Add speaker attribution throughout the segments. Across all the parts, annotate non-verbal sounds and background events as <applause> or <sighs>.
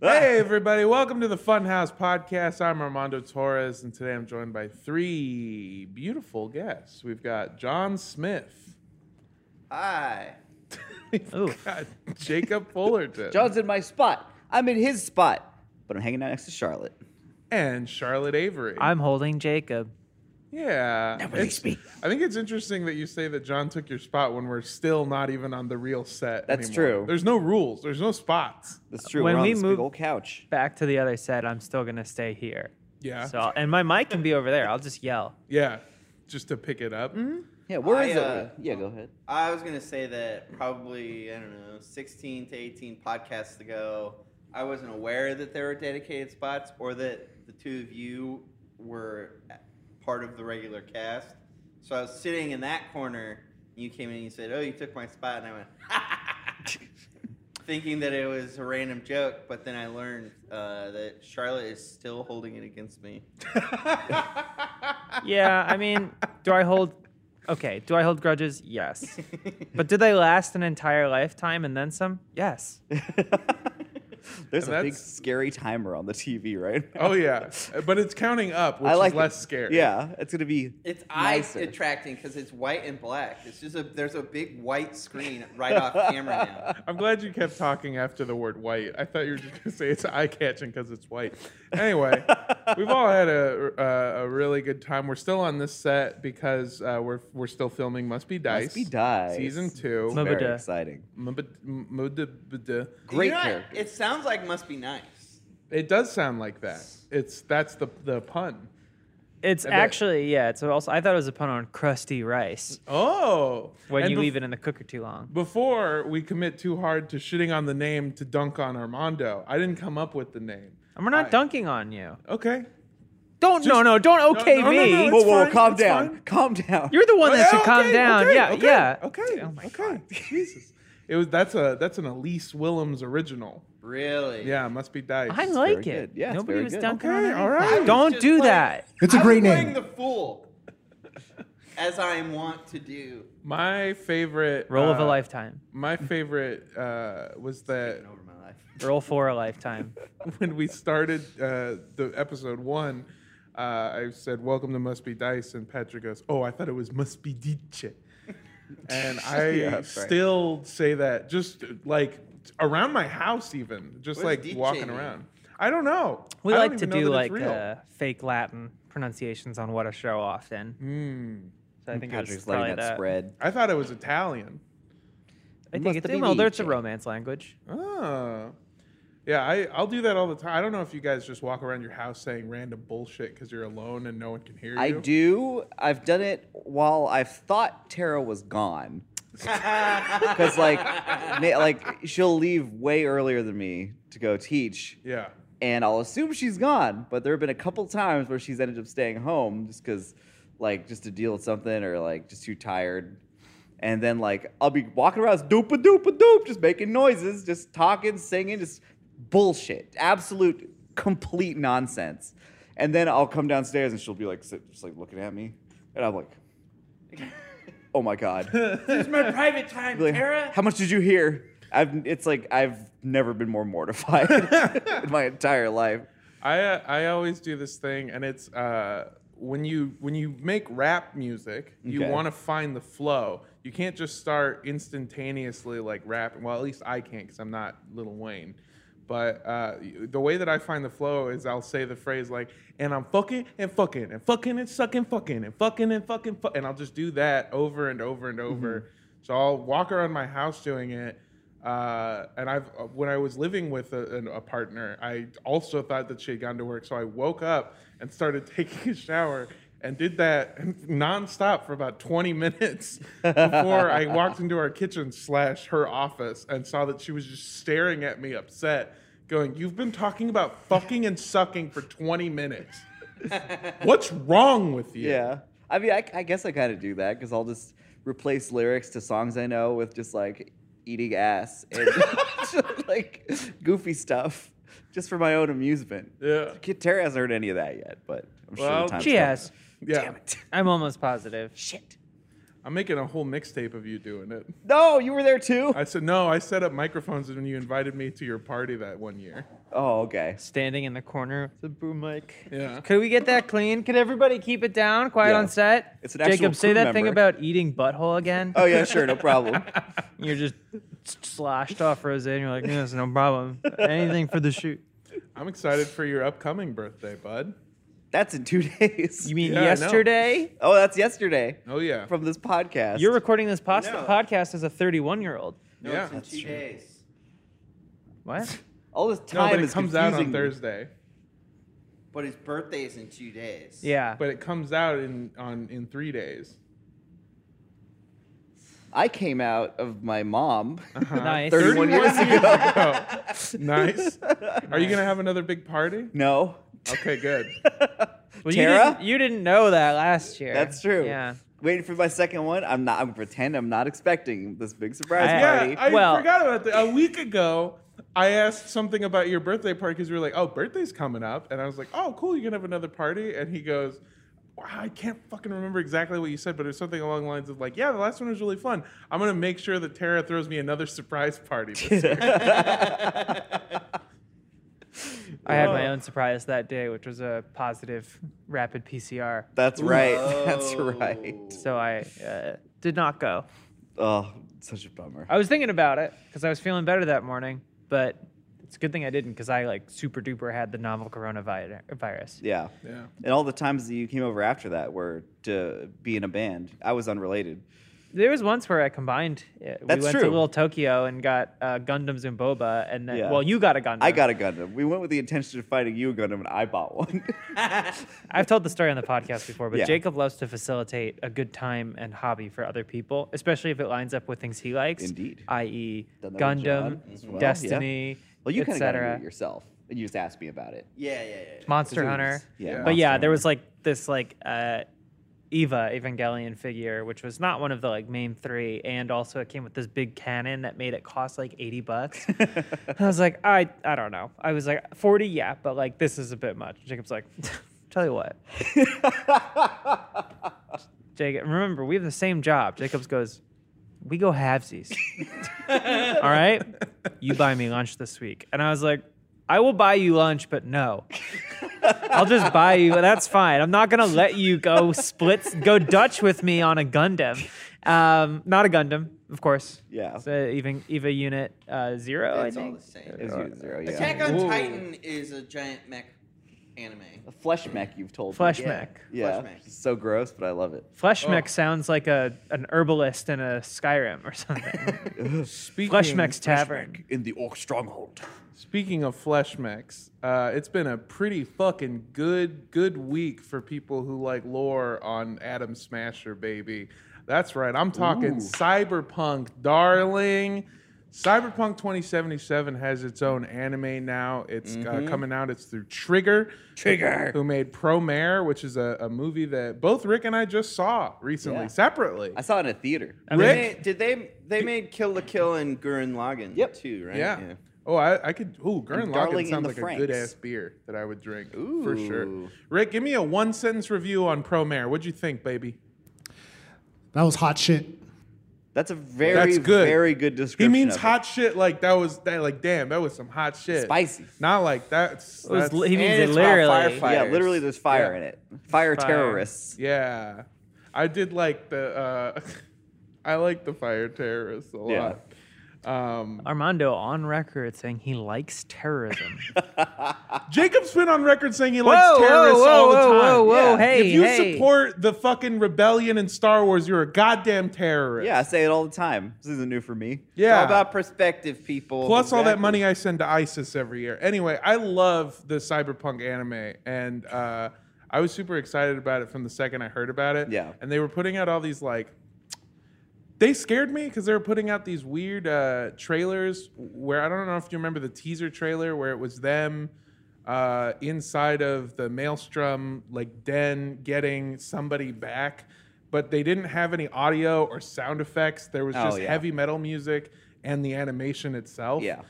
Speaker 1: Hey,
Speaker 2: Ah.
Speaker 1: everybody. Welcome to the Funhouse Podcast. I'm Armando Torres, and today I'm joined by three beautiful guests. We've got John Smith, <laughs>
Speaker 2: Hi.
Speaker 1: we've <laughs>
Speaker 3: Oof.
Speaker 1: got Jacob
Speaker 2: <laughs>
Speaker 1: Fullerton,
Speaker 2: John's in my spot. I'm in his spot, but I'm hanging out next to Charlotte.
Speaker 1: and Charlotte Avery.
Speaker 3: I'm holding Jacob.
Speaker 1: yeah.
Speaker 2: Never
Speaker 1: it's-
Speaker 2: leaves me.
Speaker 1: I think it's interesting that you say that John took your spot when we're still not even on the real set.
Speaker 2: That's
Speaker 1: anymore.
Speaker 2: true.
Speaker 1: There's no rules, there's no spots.
Speaker 2: That's true.
Speaker 3: When
Speaker 2: We're on
Speaker 3: we
Speaker 2: this
Speaker 3: moved-
Speaker 2: big old couch.
Speaker 3: Back to the other set. I'm still gonna stay here.
Speaker 1: Yeah.
Speaker 3: So I'll- and my mic can be over there. I'll
Speaker 1: <laughs>
Speaker 3: just yell.
Speaker 1: Yeah. Just to pick it up.
Speaker 2: Yeah, where
Speaker 4: I,
Speaker 2: is
Speaker 4: uh,
Speaker 2: it? Yeah, go ahead. <laughs>
Speaker 4: I was gonna say that probably I don't know, 16 to 18 podcasts ago, I wasn't aware that there were dedicated spots or that the two of you were part of the regular cast. So I was sitting in that corner, and you came in and you said, "Oh, you took my spot," and I went, <laughs> thinking that it was a random joke, but then I learned uh, that Charlotte is still holding it against me.
Speaker 3: Yeah. I mean, do I hold? Okay. Do I hold grudges? Yes. But do they last an entire lifetime and then some?
Speaker 1: <laughs>
Speaker 3: Yes.
Speaker 2: There's a big
Speaker 1: that's-
Speaker 2: scary timer on the TV right now.
Speaker 1: Oh,
Speaker 2: <laughs>
Speaker 1: yeah. But it's counting up, which
Speaker 2: I like
Speaker 1: is less
Speaker 2: it.
Speaker 1: scary.
Speaker 2: Yeah, it's gonna be.
Speaker 4: It's eye
Speaker 2: Nicer.
Speaker 4: attracting because it's white and black. It's just a there's a big white
Speaker 2: <laughs>
Speaker 4: screen right off camera now.
Speaker 1: I'm glad you kept talking after the word white. I thought you were just going to say it's eye catching because it's white.
Speaker 2: <laughs>
Speaker 1: Anyway, we've all had a, a, a really good time. We're still on this set because uh, we're, we're still filming Must Be Dice.
Speaker 2: Must Be Dice.
Speaker 1: Season
Speaker 2: It's
Speaker 1: two.
Speaker 3: Must-
Speaker 2: very
Speaker 3: Mabada.
Speaker 2: exciting.
Speaker 4: You
Speaker 2: <laughs> Great
Speaker 4: know what?
Speaker 2: character.
Speaker 4: It sounds like must be nice.
Speaker 1: It does sound like that. It's That's the, the pun.
Speaker 3: It's
Speaker 1: bet.
Speaker 3: actually yeah. It's also I thought it was a pun on crusty rice
Speaker 1: Oh.
Speaker 3: when
Speaker 1: And
Speaker 3: you
Speaker 1: bef-
Speaker 3: leave it in the cooker too long.
Speaker 1: Before we commit too hard to shitting on the name to dunk on Armando, I didn't come up with the name.
Speaker 3: And we're not
Speaker 1: I-
Speaker 3: dunking on you.
Speaker 1: Okay.
Speaker 3: Don't no no don't
Speaker 1: No,
Speaker 3: okay
Speaker 1: no, no,
Speaker 3: me.
Speaker 1: no,
Speaker 2: Whoa,
Speaker 1: it's
Speaker 2: whoa,
Speaker 1: fine,
Speaker 2: calm
Speaker 1: it's
Speaker 2: down,
Speaker 1: fine.
Speaker 2: calm down. <laughs>
Speaker 3: You're the one that
Speaker 1: Yeah,
Speaker 3: should calm
Speaker 1: okay,
Speaker 3: down.
Speaker 1: okay,
Speaker 3: yeah
Speaker 1: okay,
Speaker 3: yeah.
Speaker 1: Okay.
Speaker 3: Oh my
Speaker 1: okay.
Speaker 3: god.
Speaker 1: <laughs> Jesus. It was that's a that's an Elise Willems original.
Speaker 4: Really?
Speaker 1: Yeah, it must be dice.
Speaker 3: I like
Speaker 2: very
Speaker 3: it.
Speaker 2: good. Yeah, it's
Speaker 3: Nobody
Speaker 2: very
Speaker 3: was
Speaker 2: good.
Speaker 3: dunking on
Speaker 1: Okay, all
Speaker 3: anything.
Speaker 1: right.
Speaker 3: Don't
Speaker 4: Just
Speaker 3: do
Speaker 4: like-
Speaker 3: that.
Speaker 5: It's a
Speaker 4: I was
Speaker 5: great
Speaker 4: playing
Speaker 5: name.
Speaker 4: the fool, as I want to do.
Speaker 1: my favorite
Speaker 3: Roll of a
Speaker 1: uh,
Speaker 3: lifetime.
Speaker 1: My favorite uh, was that <laughs>
Speaker 4: Over my life.
Speaker 3: Roll for a lifetime.
Speaker 1: when we started uh, the episode one, uh, I said "Welcome to Must Be Dice," and Patrick goes, "Oh, I thought it was Must Be Dice," and I
Speaker 2: Yeah, that's right.
Speaker 1: still say that just like around my house, even just
Speaker 4: What does
Speaker 1: like
Speaker 4: Dice
Speaker 1: walking
Speaker 4: mean?
Speaker 1: around. I don't know.
Speaker 3: We
Speaker 1: I don't
Speaker 3: like to
Speaker 1: even know
Speaker 3: do
Speaker 1: that
Speaker 3: like
Speaker 1: it's real.
Speaker 3: uh, fake Latin pronunciations on what a show often. So I think it
Speaker 2: Mm-hmm.
Speaker 3: was
Speaker 2: Patrick's
Speaker 3: probably
Speaker 2: letting
Speaker 3: that.
Speaker 2: that spread.
Speaker 1: I thought it was Italian.
Speaker 3: I
Speaker 2: Must
Speaker 3: think it's
Speaker 2: be
Speaker 3: well, there's a
Speaker 2: dice.
Speaker 3: romance
Speaker 2: <laughs>
Speaker 3: language.
Speaker 1: Oh. Yeah, I, I'll do that all the time. I don't know if you guys just walk around your house saying random bullshit because you're alone and no one can hear you.
Speaker 2: I do. I've done it while I've thought Tara was gone. Because like, na- like she'll leave way earlier than me to go teach,
Speaker 1: Yeah.
Speaker 2: and I'll assume she's gone. But there have been a couple times where she's ended up staying home just because, like, just to deal with something or like just too tired. And then like I'll be walking around, doop a doop a doop, just making noises, just talking, singing, just bullshit, absolute, complete nonsense. And then I'll come downstairs and she'll be like, sit, just like looking at me, and I'm like, oh my god,
Speaker 4: This is my private time,
Speaker 2: Like, how much did you hear? I've, it's like I've never been more mortified <laughs> in my entire life.
Speaker 1: I uh, I always do this thing, and it's uh, when you when you make rap music, you
Speaker 2: Okay.
Speaker 1: want to find the flow. You can't just start instantaneously like rapping. Well, at least I can't because I'm not Little Wayne. But uh, the way that I find the flow is I'll say the phrase like, and I'm fucking and fucking and fucking and sucking fucking and fucking and fucking fu-, and I'll just do that over and over and over. So I'll walk around my house doing it. Uh, and I've uh, when I was living with a, an- a partner, I also thought that she had gone to work. So I woke up and started <laughs> taking a shower and did that nonstop for about 20 <laughs> minutes before I walked into our kitchen slash her office and saw that she was just staring at me upset, going, "You've been talking about fucking and sucking for 20 minutes. What's wrong with you?"
Speaker 2: Yeah. I mean, I, I guess I kind of do that because I'll just replace lyrics to songs I know with just like eating ass and <laughs> just, like goofy stuff just for my own amusement.
Speaker 1: Yeah.
Speaker 2: Kid Tara hasn't heard any of that yet, but I'm sure
Speaker 1: Well,
Speaker 2: the time's
Speaker 3: <laughs> She
Speaker 2: coming.
Speaker 3: has.
Speaker 1: Yeah.
Speaker 2: Damn it.
Speaker 3: I'm almost positive.
Speaker 2: Shit.
Speaker 1: I'm making a whole mixtape of you doing it.
Speaker 2: No, you were there too.
Speaker 1: I said no. I set up microphones when you invited me to your party that one year.
Speaker 2: Oh, okay.
Speaker 3: Standing in the corner with the boom mic.
Speaker 1: Yeah.
Speaker 3: Could we get that clean? Could everybody keep it down? Quiet
Speaker 2: Yeah.
Speaker 3: on set.
Speaker 2: It's an actual
Speaker 3: Jacob, say
Speaker 2: crew
Speaker 3: that thing
Speaker 2: member.
Speaker 3: about eating butthole again.
Speaker 2: <laughs> Oh yeah, sure,
Speaker 1: <laughs>
Speaker 2: no problem.
Speaker 3: You're just sloshed off rose, and you're like, "No, it's no
Speaker 2: <laughs>
Speaker 3: problem. Anything for the shoot."
Speaker 1: I'm excited for your upcoming birthday, bud.
Speaker 2: That's in two days.
Speaker 3: You mean
Speaker 1: Yeah, I know.
Speaker 3: yesterday?
Speaker 2: Oh, that's yesterday
Speaker 1: Oh yeah.
Speaker 2: from this podcast.
Speaker 3: You're recording this pos-
Speaker 4: No.
Speaker 3: podcast as a 31 year old.
Speaker 4: No,
Speaker 1: Yeah.
Speaker 4: it's in
Speaker 2: That's
Speaker 4: two
Speaker 2: true.
Speaker 4: days.
Speaker 3: What?
Speaker 2: all this
Speaker 1: no,
Speaker 2: time
Speaker 1: but it
Speaker 2: is
Speaker 1: comes out
Speaker 2: confusing.
Speaker 1: on
Speaker 2: me.
Speaker 1: Thursday.
Speaker 4: But his birthday is in two days.
Speaker 3: Yeah.
Speaker 1: But it comes out in on in three days.
Speaker 2: I came out of my mom.
Speaker 1: Uh-huh.
Speaker 3: Nice.
Speaker 1: <laughs>
Speaker 2: 31 years ago.
Speaker 1: ago. nice. Are you gonna have another big
Speaker 2: <laughs>
Speaker 1: party?
Speaker 2: no.
Speaker 1: Okay, good.
Speaker 2: <laughs>
Speaker 3: Well,
Speaker 2: Tara?
Speaker 3: You didn't, you didn't know that last year.
Speaker 2: That's true.
Speaker 3: Yeah.
Speaker 2: Waiting for my second one. I'm not. I'm pretend I'm not expecting this big surprise
Speaker 3: I-
Speaker 1: yeah,
Speaker 2: party.
Speaker 1: I
Speaker 3: Well-
Speaker 1: forgot about that. A week ago, I asked something about your birthday party because you were like, "Oh, birthday's coming up," and I was like, "Oh, cool, you're gonna have another party?" And he goes. Wow, I can't fucking remember exactly what you said, but it was something along the lines of like, "Yeah, the last one was really fun. I'm gonna make sure that Tara throws me another <laughs> surprise
Speaker 3: <laughs>
Speaker 1: party." this year."
Speaker 3: I had my
Speaker 1: Whoa.
Speaker 3: own surprise that day, which was a positive rapid PCR.
Speaker 2: <laughs> That's right. <laughs>
Speaker 4: Oh.
Speaker 2: That's right.
Speaker 3: So I uh, did not go.
Speaker 2: Oh, such a bummer.
Speaker 3: I was thinking about it because I was feeling better that morning, but it's a good thing I didn't because I like super duper had the novel coronavirus.
Speaker 2: Yeah.
Speaker 1: yeah,
Speaker 2: And all the times that you came over after that were to be in a band. I was unrelated.
Speaker 3: There was once where I combined. It.
Speaker 2: That's
Speaker 3: we went
Speaker 2: true.
Speaker 3: to Little Tokyo and got uh, Gundams and Boba, and then
Speaker 2: Yeah.
Speaker 3: well, you got a Gundam.
Speaker 2: I got a Gundam. We went with the intention of fighting you a Gundam, and I bought
Speaker 3: <laughs>
Speaker 2: one.
Speaker 3: I've told the story on the podcast before, but
Speaker 2: Yeah.
Speaker 3: Jacob loves to facilitate a good time and hobby for other people, especially if it lines up with things he likes.
Speaker 2: Indeed.
Speaker 3: I.e.,
Speaker 2: Done that with
Speaker 3: Gundam,
Speaker 2: John as well, yeah.
Speaker 3: Destiny,
Speaker 2: well, you kind of got to
Speaker 3: etc.
Speaker 2: do it yourself. And you just asked me about it.
Speaker 4: Yeah, yeah, yeah.
Speaker 3: Monster
Speaker 2: 'Cause it
Speaker 3: Hunter.
Speaker 2: was- yeah,
Speaker 1: But
Speaker 3: But yeah,
Speaker 2: Monster
Speaker 3: there was
Speaker 2: Hunter.
Speaker 3: like this like uh, Eva Evangelion figure, which was not one of the like main three, and also it came with this big cannon that made it cost like
Speaker 2: <laughs>
Speaker 3: eighty bucks. And I was like, I I don't know. I was like forty, yeah, but like this is a bit much. Jacob's like, <laughs> tell you what, Jacob. Remember, we have the same job. Jacob's goes, we go halvesies. <laughs> All right, you buy me lunch this week, and I was like. I will buy you lunch, but no. I'll just buy you. That's fine. I'm not gonna let you go splits, go Dutch with me on a Gundam. Um, not a Gundam, of course.
Speaker 2: <laughs> Yeah.
Speaker 3: It's a even Eva unit uh, zero.
Speaker 4: It's
Speaker 3: I
Speaker 4: all
Speaker 3: think.
Speaker 4: the same.
Speaker 2: It was you, Zero, yeah.
Speaker 4: Attack on
Speaker 1: Whoa.
Speaker 4: Titan is a giant mech anime.
Speaker 2: A flesh mech, you've told
Speaker 3: Flesh
Speaker 2: me.
Speaker 4: Yeah.
Speaker 3: mech.
Speaker 2: Yeah.
Speaker 4: Flesh mech.
Speaker 2: So gross, but I love it.
Speaker 3: Flesh
Speaker 1: Oh.
Speaker 3: mech sounds like a an herbalist in a Skyrim or something.
Speaker 1: Speaking,
Speaker 3: Flesh mech's tavern.
Speaker 2: In the Orc Stronghold.
Speaker 1: Speaking of flesh mechs, uh, it's been a pretty fucking good good week for people who like lore on Adam Smasher, baby. That's right. I'm talking
Speaker 2: Ooh.
Speaker 1: cyberpunk, darling. Cyberpunk 2077 has its own anime now. It's uh, coming out. It's through Trigger.
Speaker 2: Mm-hmm. Trigger.
Speaker 1: Who made Promare, which is a, a movie that both Rick and I just saw recently,
Speaker 2: Yeah.
Speaker 1: separately.
Speaker 2: I saw it in a theater.
Speaker 3: I mean,
Speaker 1: Rick?
Speaker 4: Did they, did they? They made Kill the Kill and Gurren Lagann
Speaker 2: Yep.
Speaker 4: too, right?
Speaker 1: Yeah. Oh, I, I could. Ooh, Gurren
Speaker 2: And
Speaker 1: Lagann
Speaker 2: Darling in
Speaker 1: sounds
Speaker 2: the
Speaker 1: like
Speaker 2: Franks.
Speaker 1: a good ass beer that I would drink for sure.
Speaker 2: Ooh.
Speaker 1: Rick, give me a one sentence review on Pro Mare. What'd you think, baby?
Speaker 5: That was hot shit.
Speaker 2: That's a very,
Speaker 1: That's good.
Speaker 2: very good
Speaker 1: He
Speaker 2: description.
Speaker 1: means
Speaker 2: of it.
Speaker 1: hot shit. Like that was that. Like damn, that was some hot shit.
Speaker 2: Spicy.
Speaker 1: Not like that's.
Speaker 3: It was
Speaker 1: that's-
Speaker 3: li- he means
Speaker 4: And
Speaker 3: it
Speaker 4: it's about
Speaker 3: literally.
Speaker 4: firefight.
Speaker 2: Yeah,
Speaker 4: fires.
Speaker 2: literally there's fire
Speaker 1: Yeah.
Speaker 2: in it. Fire, terrorists.
Speaker 1: yeah, I did like the. uh <laughs> I like the fire terrorists a
Speaker 2: Yeah.
Speaker 1: lot. Um,
Speaker 3: Armando on record saying he likes terrorism.
Speaker 1: <laughs> Jacob's been on record saying he likes terrorists all the time.
Speaker 3: Whoa, whoa,
Speaker 2: Yeah.
Speaker 3: hey,
Speaker 1: if you
Speaker 3: hey.
Speaker 1: support the fucking rebellion in Star Wars, you're a goddamn terrorist.
Speaker 2: Yeah, I say it all the time. This isn't new for me.
Speaker 4: It's
Speaker 1: Yeah.
Speaker 4: all about perspective, people.
Speaker 1: Plus all that
Speaker 4: Exactly.
Speaker 1: money I send to ISIS every year. Anyway, I love the cyberpunk anime, and uh, I was super excited about it from the second I heard about it.
Speaker 2: Yeah.
Speaker 1: and they were putting out all these like. They scared me because they were putting out these weird uh, trailers where I don't know if you remember the teaser trailer where it was them uh, inside of the maelstrom like den getting somebody back, but they didn't have any audio or sound effects. There was
Speaker 2: Oh,
Speaker 1: just
Speaker 2: yeah.
Speaker 1: heavy metal music and the animation itself.
Speaker 2: Yeah. Which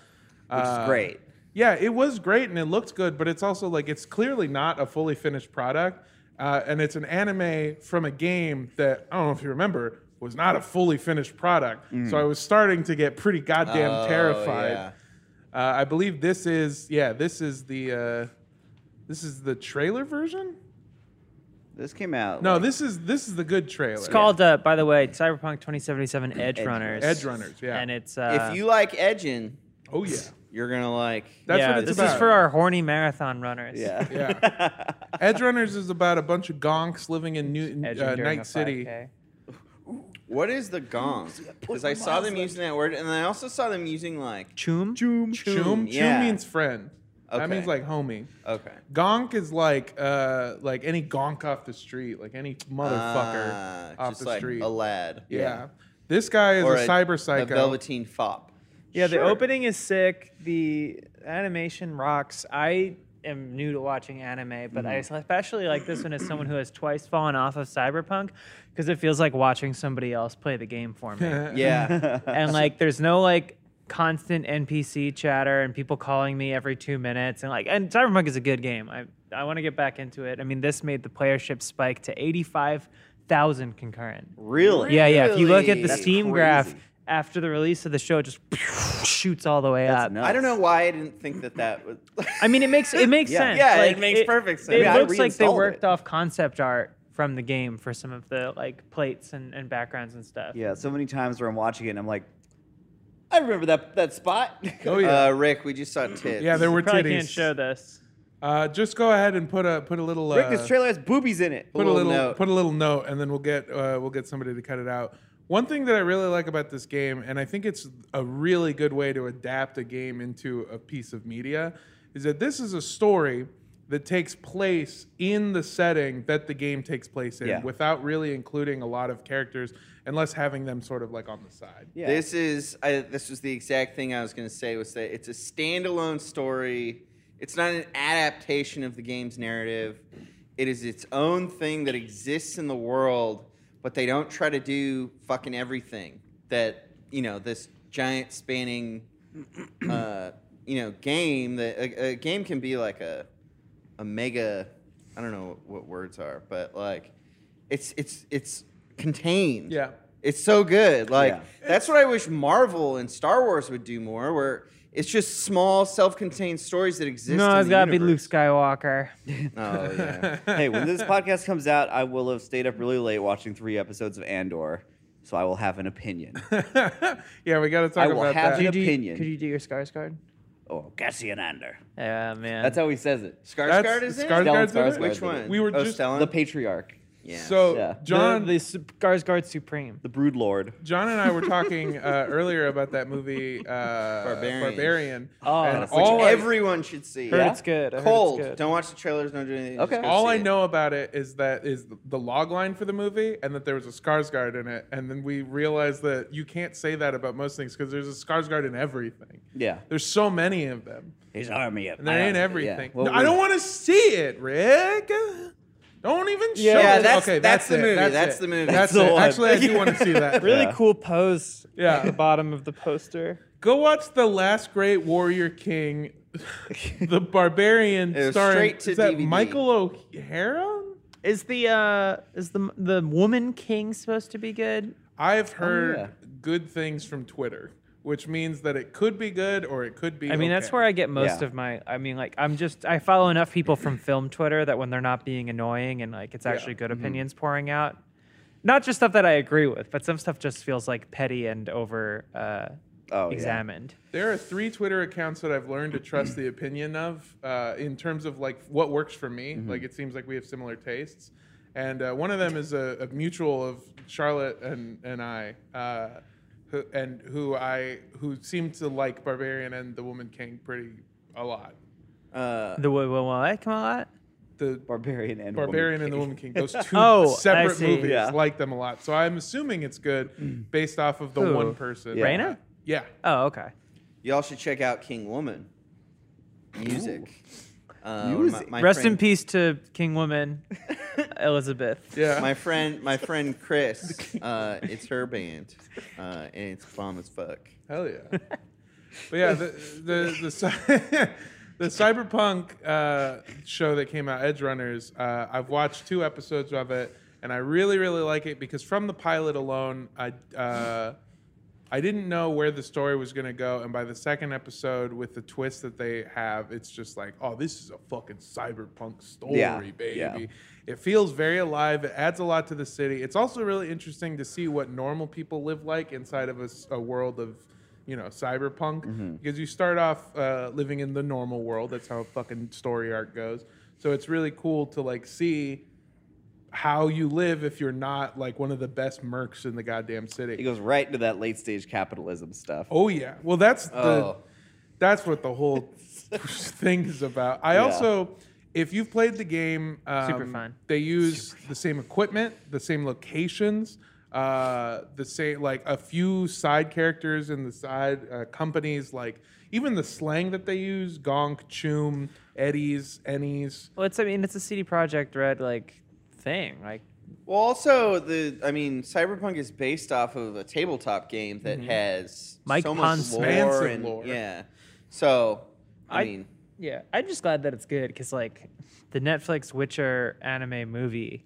Speaker 1: Uh,
Speaker 2: is great.
Speaker 1: Yeah, it was great and it looked good, but it's also like it's clearly not a fully finished product. Uh, and it's an anime from a game that I don't know if you remember was not a fully finished product. So I was starting to get pretty goddamn
Speaker 4: Mm. Oh,
Speaker 1: terrified.
Speaker 4: yeah.
Speaker 1: Uh, I believe this is yeah, this is the uh, this is the trailer version.
Speaker 2: This came out.
Speaker 1: No,
Speaker 2: like-
Speaker 1: this is this is the good trailer.
Speaker 3: It's called, uh, by the way, Cyberpunk 2077 Edge,
Speaker 2: Edge
Speaker 3: Runners.
Speaker 1: Edge Runners. Yeah.
Speaker 3: And it's uh,
Speaker 4: if you like edging,
Speaker 1: oh yeah,
Speaker 4: you're gonna like.
Speaker 1: that's
Speaker 3: yeah,
Speaker 1: what it's
Speaker 3: this
Speaker 1: about.
Speaker 3: is for our horny marathon runners. <laughs>
Speaker 2: Yeah.
Speaker 1: Yeah.
Speaker 2: <laughs>
Speaker 1: Edge Runners is about a bunch of gonks living in New
Speaker 3: Edge
Speaker 1: uh,
Speaker 3: during
Speaker 1: Night
Speaker 3: a
Speaker 1: City.
Speaker 3: 5K.
Speaker 4: What is the gong? Because I saw them using that word, and I also saw them using like.
Speaker 3: Choom.
Speaker 2: Joom.
Speaker 1: Choom. Choom
Speaker 4: yeah.
Speaker 1: means friend. That
Speaker 4: Okay.
Speaker 1: means like homie.
Speaker 4: Okay.
Speaker 1: Gonk is like uh like any gonk off the street, like any motherfucker
Speaker 4: Ah,
Speaker 1: off
Speaker 4: just
Speaker 1: the
Speaker 4: like
Speaker 1: street.
Speaker 4: a lad.
Speaker 1: yeah. This guy is
Speaker 4: Or
Speaker 1: a, cyber psycho.
Speaker 4: A velveteen fop.
Speaker 3: Yeah, the
Speaker 1: Sure.
Speaker 3: opening is sick. The animation rocks. I am new to watching anime, but I especially like this one as someone who has twice fallen off of Cyberpunk because it feels like watching somebody else play the game
Speaker 1: <laughs>
Speaker 3: for me.
Speaker 4: <laughs> Yeah.
Speaker 3: and like, there's no like constant NPC chatter and people calling me every two minutes. And like, and Cyberpunk is a good game. I I want to get back into it. I mean, this made the playership spike to 85,000 concurrent.
Speaker 2: Really?
Speaker 3: Yeah, yeah. If you look at
Speaker 4: Really?
Speaker 3: the
Speaker 4: That's
Speaker 3: Steam graph
Speaker 2: crazy.
Speaker 3: after the release of the show, it just <laughs> shoots all the way
Speaker 2: That's
Speaker 3: up.
Speaker 2: nuts.
Speaker 4: I don't know why I didn't think that that
Speaker 1: <laughs>
Speaker 4: was.
Speaker 3: I mean, it makes it makes
Speaker 2: Yeah.
Speaker 3: sense.
Speaker 4: Yeah, it
Speaker 3: Like,
Speaker 4: makes perfect sense.
Speaker 3: It
Speaker 2: Yeah, I
Speaker 3: looks like they
Speaker 2: reinstalled
Speaker 3: worked
Speaker 2: it.
Speaker 3: off concept art from the game for some of the like plates and, and backgrounds and stuff.
Speaker 2: Yeah, so many times where I'm watching it and I'm like, I remember that that spot.
Speaker 1: oh yeah.
Speaker 4: uh, Rick, we just saw tits.
Speaker 1: yeah, there
Speaker 3: we
Speaker 1: were
Speaker 3: probably
Speaker 1: titties.
Speaker 3: can't show this.
Speaker 1: Uh just go ahead and put a put a little uh,
Speaker 2: <laughs> Rick, this trailer has boobies in it.
Speaker 1: put a
Speaker 4: little
Speaker 1: little
Speaker 4: note.
Speaker 1: put a little note and then we'll get uh, we'll get somebody to cut it out one thing that i really like about this game and i think it's a really good way to adapt a game into a piece of media is that this is a story that takes place in the setting that the game takes place in
Speaker 2: Yeah.
Speaker 1: without really including a lot of characters unless having them sort of like on the side <laughs>
Speaker 2: Yeah.
Speaker 4: This is I, this was the exact thing I was going to say was that it's a standalone story. It's not an adaptation of the game's narrative. It is its own thing that exists in the world, but they don't try to do fucking everything that you know this giant spanning, uh, you know, game that a, a game can be like a a mega I don't know what words are, but like it's it's it's contained.
Speaker 1: Yeah.
Speaker 4: It's so good. Like
Speaker 2: Yeah.
Speaker 4: that's what I wish Marvel and Star Wars would do more where it's just small self-contained stories that exist.
Speaker 3: No,
Speaker 4: in
Speaker 3: it's
Speaker 4: the
Speaker 3: gotta be Luke
Speaker 4: universe.
Speaker 3: Skywalker.
Speaker 4: Oh yeah.
Speaker 2: hey,
Speaker 1: <laughs>
Speaker 2: when this podcast comes out, I will have stayed up really late watching three episodes of Andor, so I will have
Speaker 1: <laughs>
Speaker 2: an opinion.
Speaker 1: yeah we got to talk
Speaker 2: I will
Speaker 1: about
Speaker 2: have
Speaker 1: that
Speaker 2: you
Speaker 3: Could you,
Speaker 2: Opinion.
Speaker 3: could you do your Scars card?
Speaker 2: oh, Cassian Andor.
Speaker 3: Yeah, man.
Speaker 2: That's how he says it.
Speaker 4: Skarsgård is in.
Speaker 1: Skarsgård's
Speaker 4: it?
Speaker 2: Stellan
Speaker 1: in it?
Speaker 2: Skarsgård's
Speaker 4: Which
Speaker 2: in it.
Speaker 4: one?
Speaker 1: We were
Speaker 4: oh,
Speaker 1: just-
Speaker 4: Stellan?
Speaker 2: The patriarch,
Speaker 1: <laughs>
Speaker 4: yeah.
Speaker 1: so
Speaker 2: Yeah. The-
Speaker 1: john
Speaker 3: the, the Skarsgård Supreme.
Speaker 2: the brood lord.
Speaker 1: John and I were talking uh, earlier about that movie, uh,
Speaker 4: Barbarian.
Speaker 1: Barbarian.
Speaker 3: Oh,
Speaker 1: and
Speaker 3: which
Speaker 1: all I-
Speaker 4: everyone should see.
Speaker 3: Heard
Speaker 2: Yeah?
Speaker 3: it's good. I heard it's
Speaker 4: Cold.
Speaker 3: good.
Speaker 4: Don't watch the trailers. Don't do anything. just
Speaker 2: Okay.
Speaker 4: go
Speaker 1: all
Speaker 4: see
Speaker 1: I
Speaker 4: it.
Speaker 1: know about it is that is the log line for the movie, and that there was a Skarsgård in it, and then we realized that you can't say that about most things because there's a Skarsgård in everything.
Speaker 2: Yeah,
Speaker 1: There's so many of them,
Speaker 2: his army of
Speaker 1: and they're in everything.
Speaker 2: Well,
Speaker 1: No, I
Speaker 2: we-
Speaker 1: don't want to see it, Rick. Don't even show
Speaker 3: Yeah,
Speaker 1: it.
Speaker 4: that's-
Speaker 1: okay,
Speaker 4: that's
Speaker 1: that's,
Speaker 4: the
Speaker 1: it.
Speaker 4: movie.
Speaker 1: That's,
Speaker 4: That's
Speaker 1: it.
Speaker 4: the movie.
Speaker 1: That's,
Speaker 2: That's the
Speaker 1: it.
Speaker 2: one.
Speaker 1: Actually, I do want to see
Speaker 4: <laughs>
Speaker 1: that.
Speaker 3: Really
Speaker 2: Yeah.
Speaker 3: cool pose
Speaker 1: Yeah.
Speaker 3: at the bottom of the poster.
Speaker 1: Go watch The Last Great Warrior
Speaker 4: <laughs>
Speaker 1: King, The Barbarian,
Speaker 4: It was
Speaker 1: starring
Speaker 4: straight to
Speaker 1: is that
Speaker 4: DVD.
Speaker 1: Michael O'Hara.
Speaker 3: Is the uh is the the woman king supposed to be good?
Speaker 1: I've heard
Speaker 2: yeah.
Speaker 1: good things from Twitter, which means that it could be good or it could be.
Speaker 3: I mean, that's where I get most
Speaker 2: Yeah.
Speaker 3: of my. I mean, like I'm just I follow enough people from film Twitter that when they're not being annoying and like it's actually good
Speaker 2: Mm-hmm.
Speaker 3: opinions pouring out, not just stuff that I agree with, but some stuff just feels like petty and over uh,
Speaker 2: Oh, yeah.
Speaker 3: examined.
Speaker 1: There are three Twitter accounts that I've learned to trust the opinion of uh, in terms of like what works for me. Like it seems like we have similar tastes, and uh, one of them is a, a mutual of Charlotte and and I, uh, who, and who I who seem to like Barbarian and the Woman King pretty a lot.
Speaker 4: Uh,
Speaker 3: The what? what come on.
Speaker 1: The
Speaker 2: barbarian and woman
Speaker 1: Barbarian and the
Speaker 2: king.
Speaker 1: Woman King,
Speaker 2: <laughs>
Speaker 1: those two
Speaker 3: Oh, I
Speaker 1: separate
Speaker 3: see. Mm.
Speaker 1: movies,
Speaker 2: Yeah.
Speaker 1: like them a lot. So I'm assuming it's good based off of the
Speaker 3: Who?
Speaker 1: one person.
Speaker 2: Yeah.
Speaker 3: Raina?
Speaker 1: Yeah.
Speaker 3: Oh, okay.
Speaker 4: Y'all should check out King Woman. Music. Uh,
Speaker 2: Music.
Speaker 4: My, my
Speaker 3: Rest in
Speaker 4: friend,
Speaker 3: peace to King Woman <laughs> Elizabeth.
Speaker 1: Yeah.
Speaker 4: My friend, my friend Chris. Uh, it's her band, uh, and it's bomb as fuck.
Speaker 1: Hell yeah. but yeah, the the the, cy- <laughs> the cyberpunk uh, show that came out, Edge Runners. Uh, I've watched two episodes of it, and I really, really like it because from the pilot alone, I. Uh, I didn't know where the story was going to go, and by the second episode, with the twist that they have, it's just like, oh, this is a fucking cyberpunk story,
Speaker 2: Yeah,
Speaker 1: baby.
Speaker 2: yeah.
Speaker 1: It feels very alive. It adds a lot to the city. It's also really interesting to see what normal people live like inside of a, s- a world of, you know, cyberpunk.
Speaker 2: Mm-hmm.
Speaker 1: Because you start off uh, living in the normal world. That's how a fucking story arc goes. So it's really cool to like see how you live if you're not like one of the best mercs in the goddamn city.
Speaker 2: It goes right into that late stage capitalism stuff.
Speaker 1: Oh yeah. Well, that's the
Speaker 4: Oh.
Speaker 1: that's what the whole thing is about. I
Speaker 2: Yeah.
Speaker 1: also, if you've played the game, um,
Speaker 3: Super fun.
Speaker 1: They use the same equipment, the same locations, uh, the same like a few side characters in the side uh, companies. Like even the slang that they use: gonk, choom, eddies, ennies.
Speaker 3: Well, it's I mean it's a CD Project Red like thing. Like
Speaker 4: Well, also the I mean, Cyberpunk is based off of a tabletop game that has
Speaker 3: Mm-hmm. Mike
Speaker 4: so much
Speaker 3: Ponce's
Speaker 4: lore
Speaker 1: Manson
Speaker 4: and
Speaker 1: lore.
Speaker 4: yeah. So I,
Speaker 3: I-
Speaker 4: mean,
Speaker 3: yeah, I'm just glad that it's good because like the Netflix Witcher anime movie,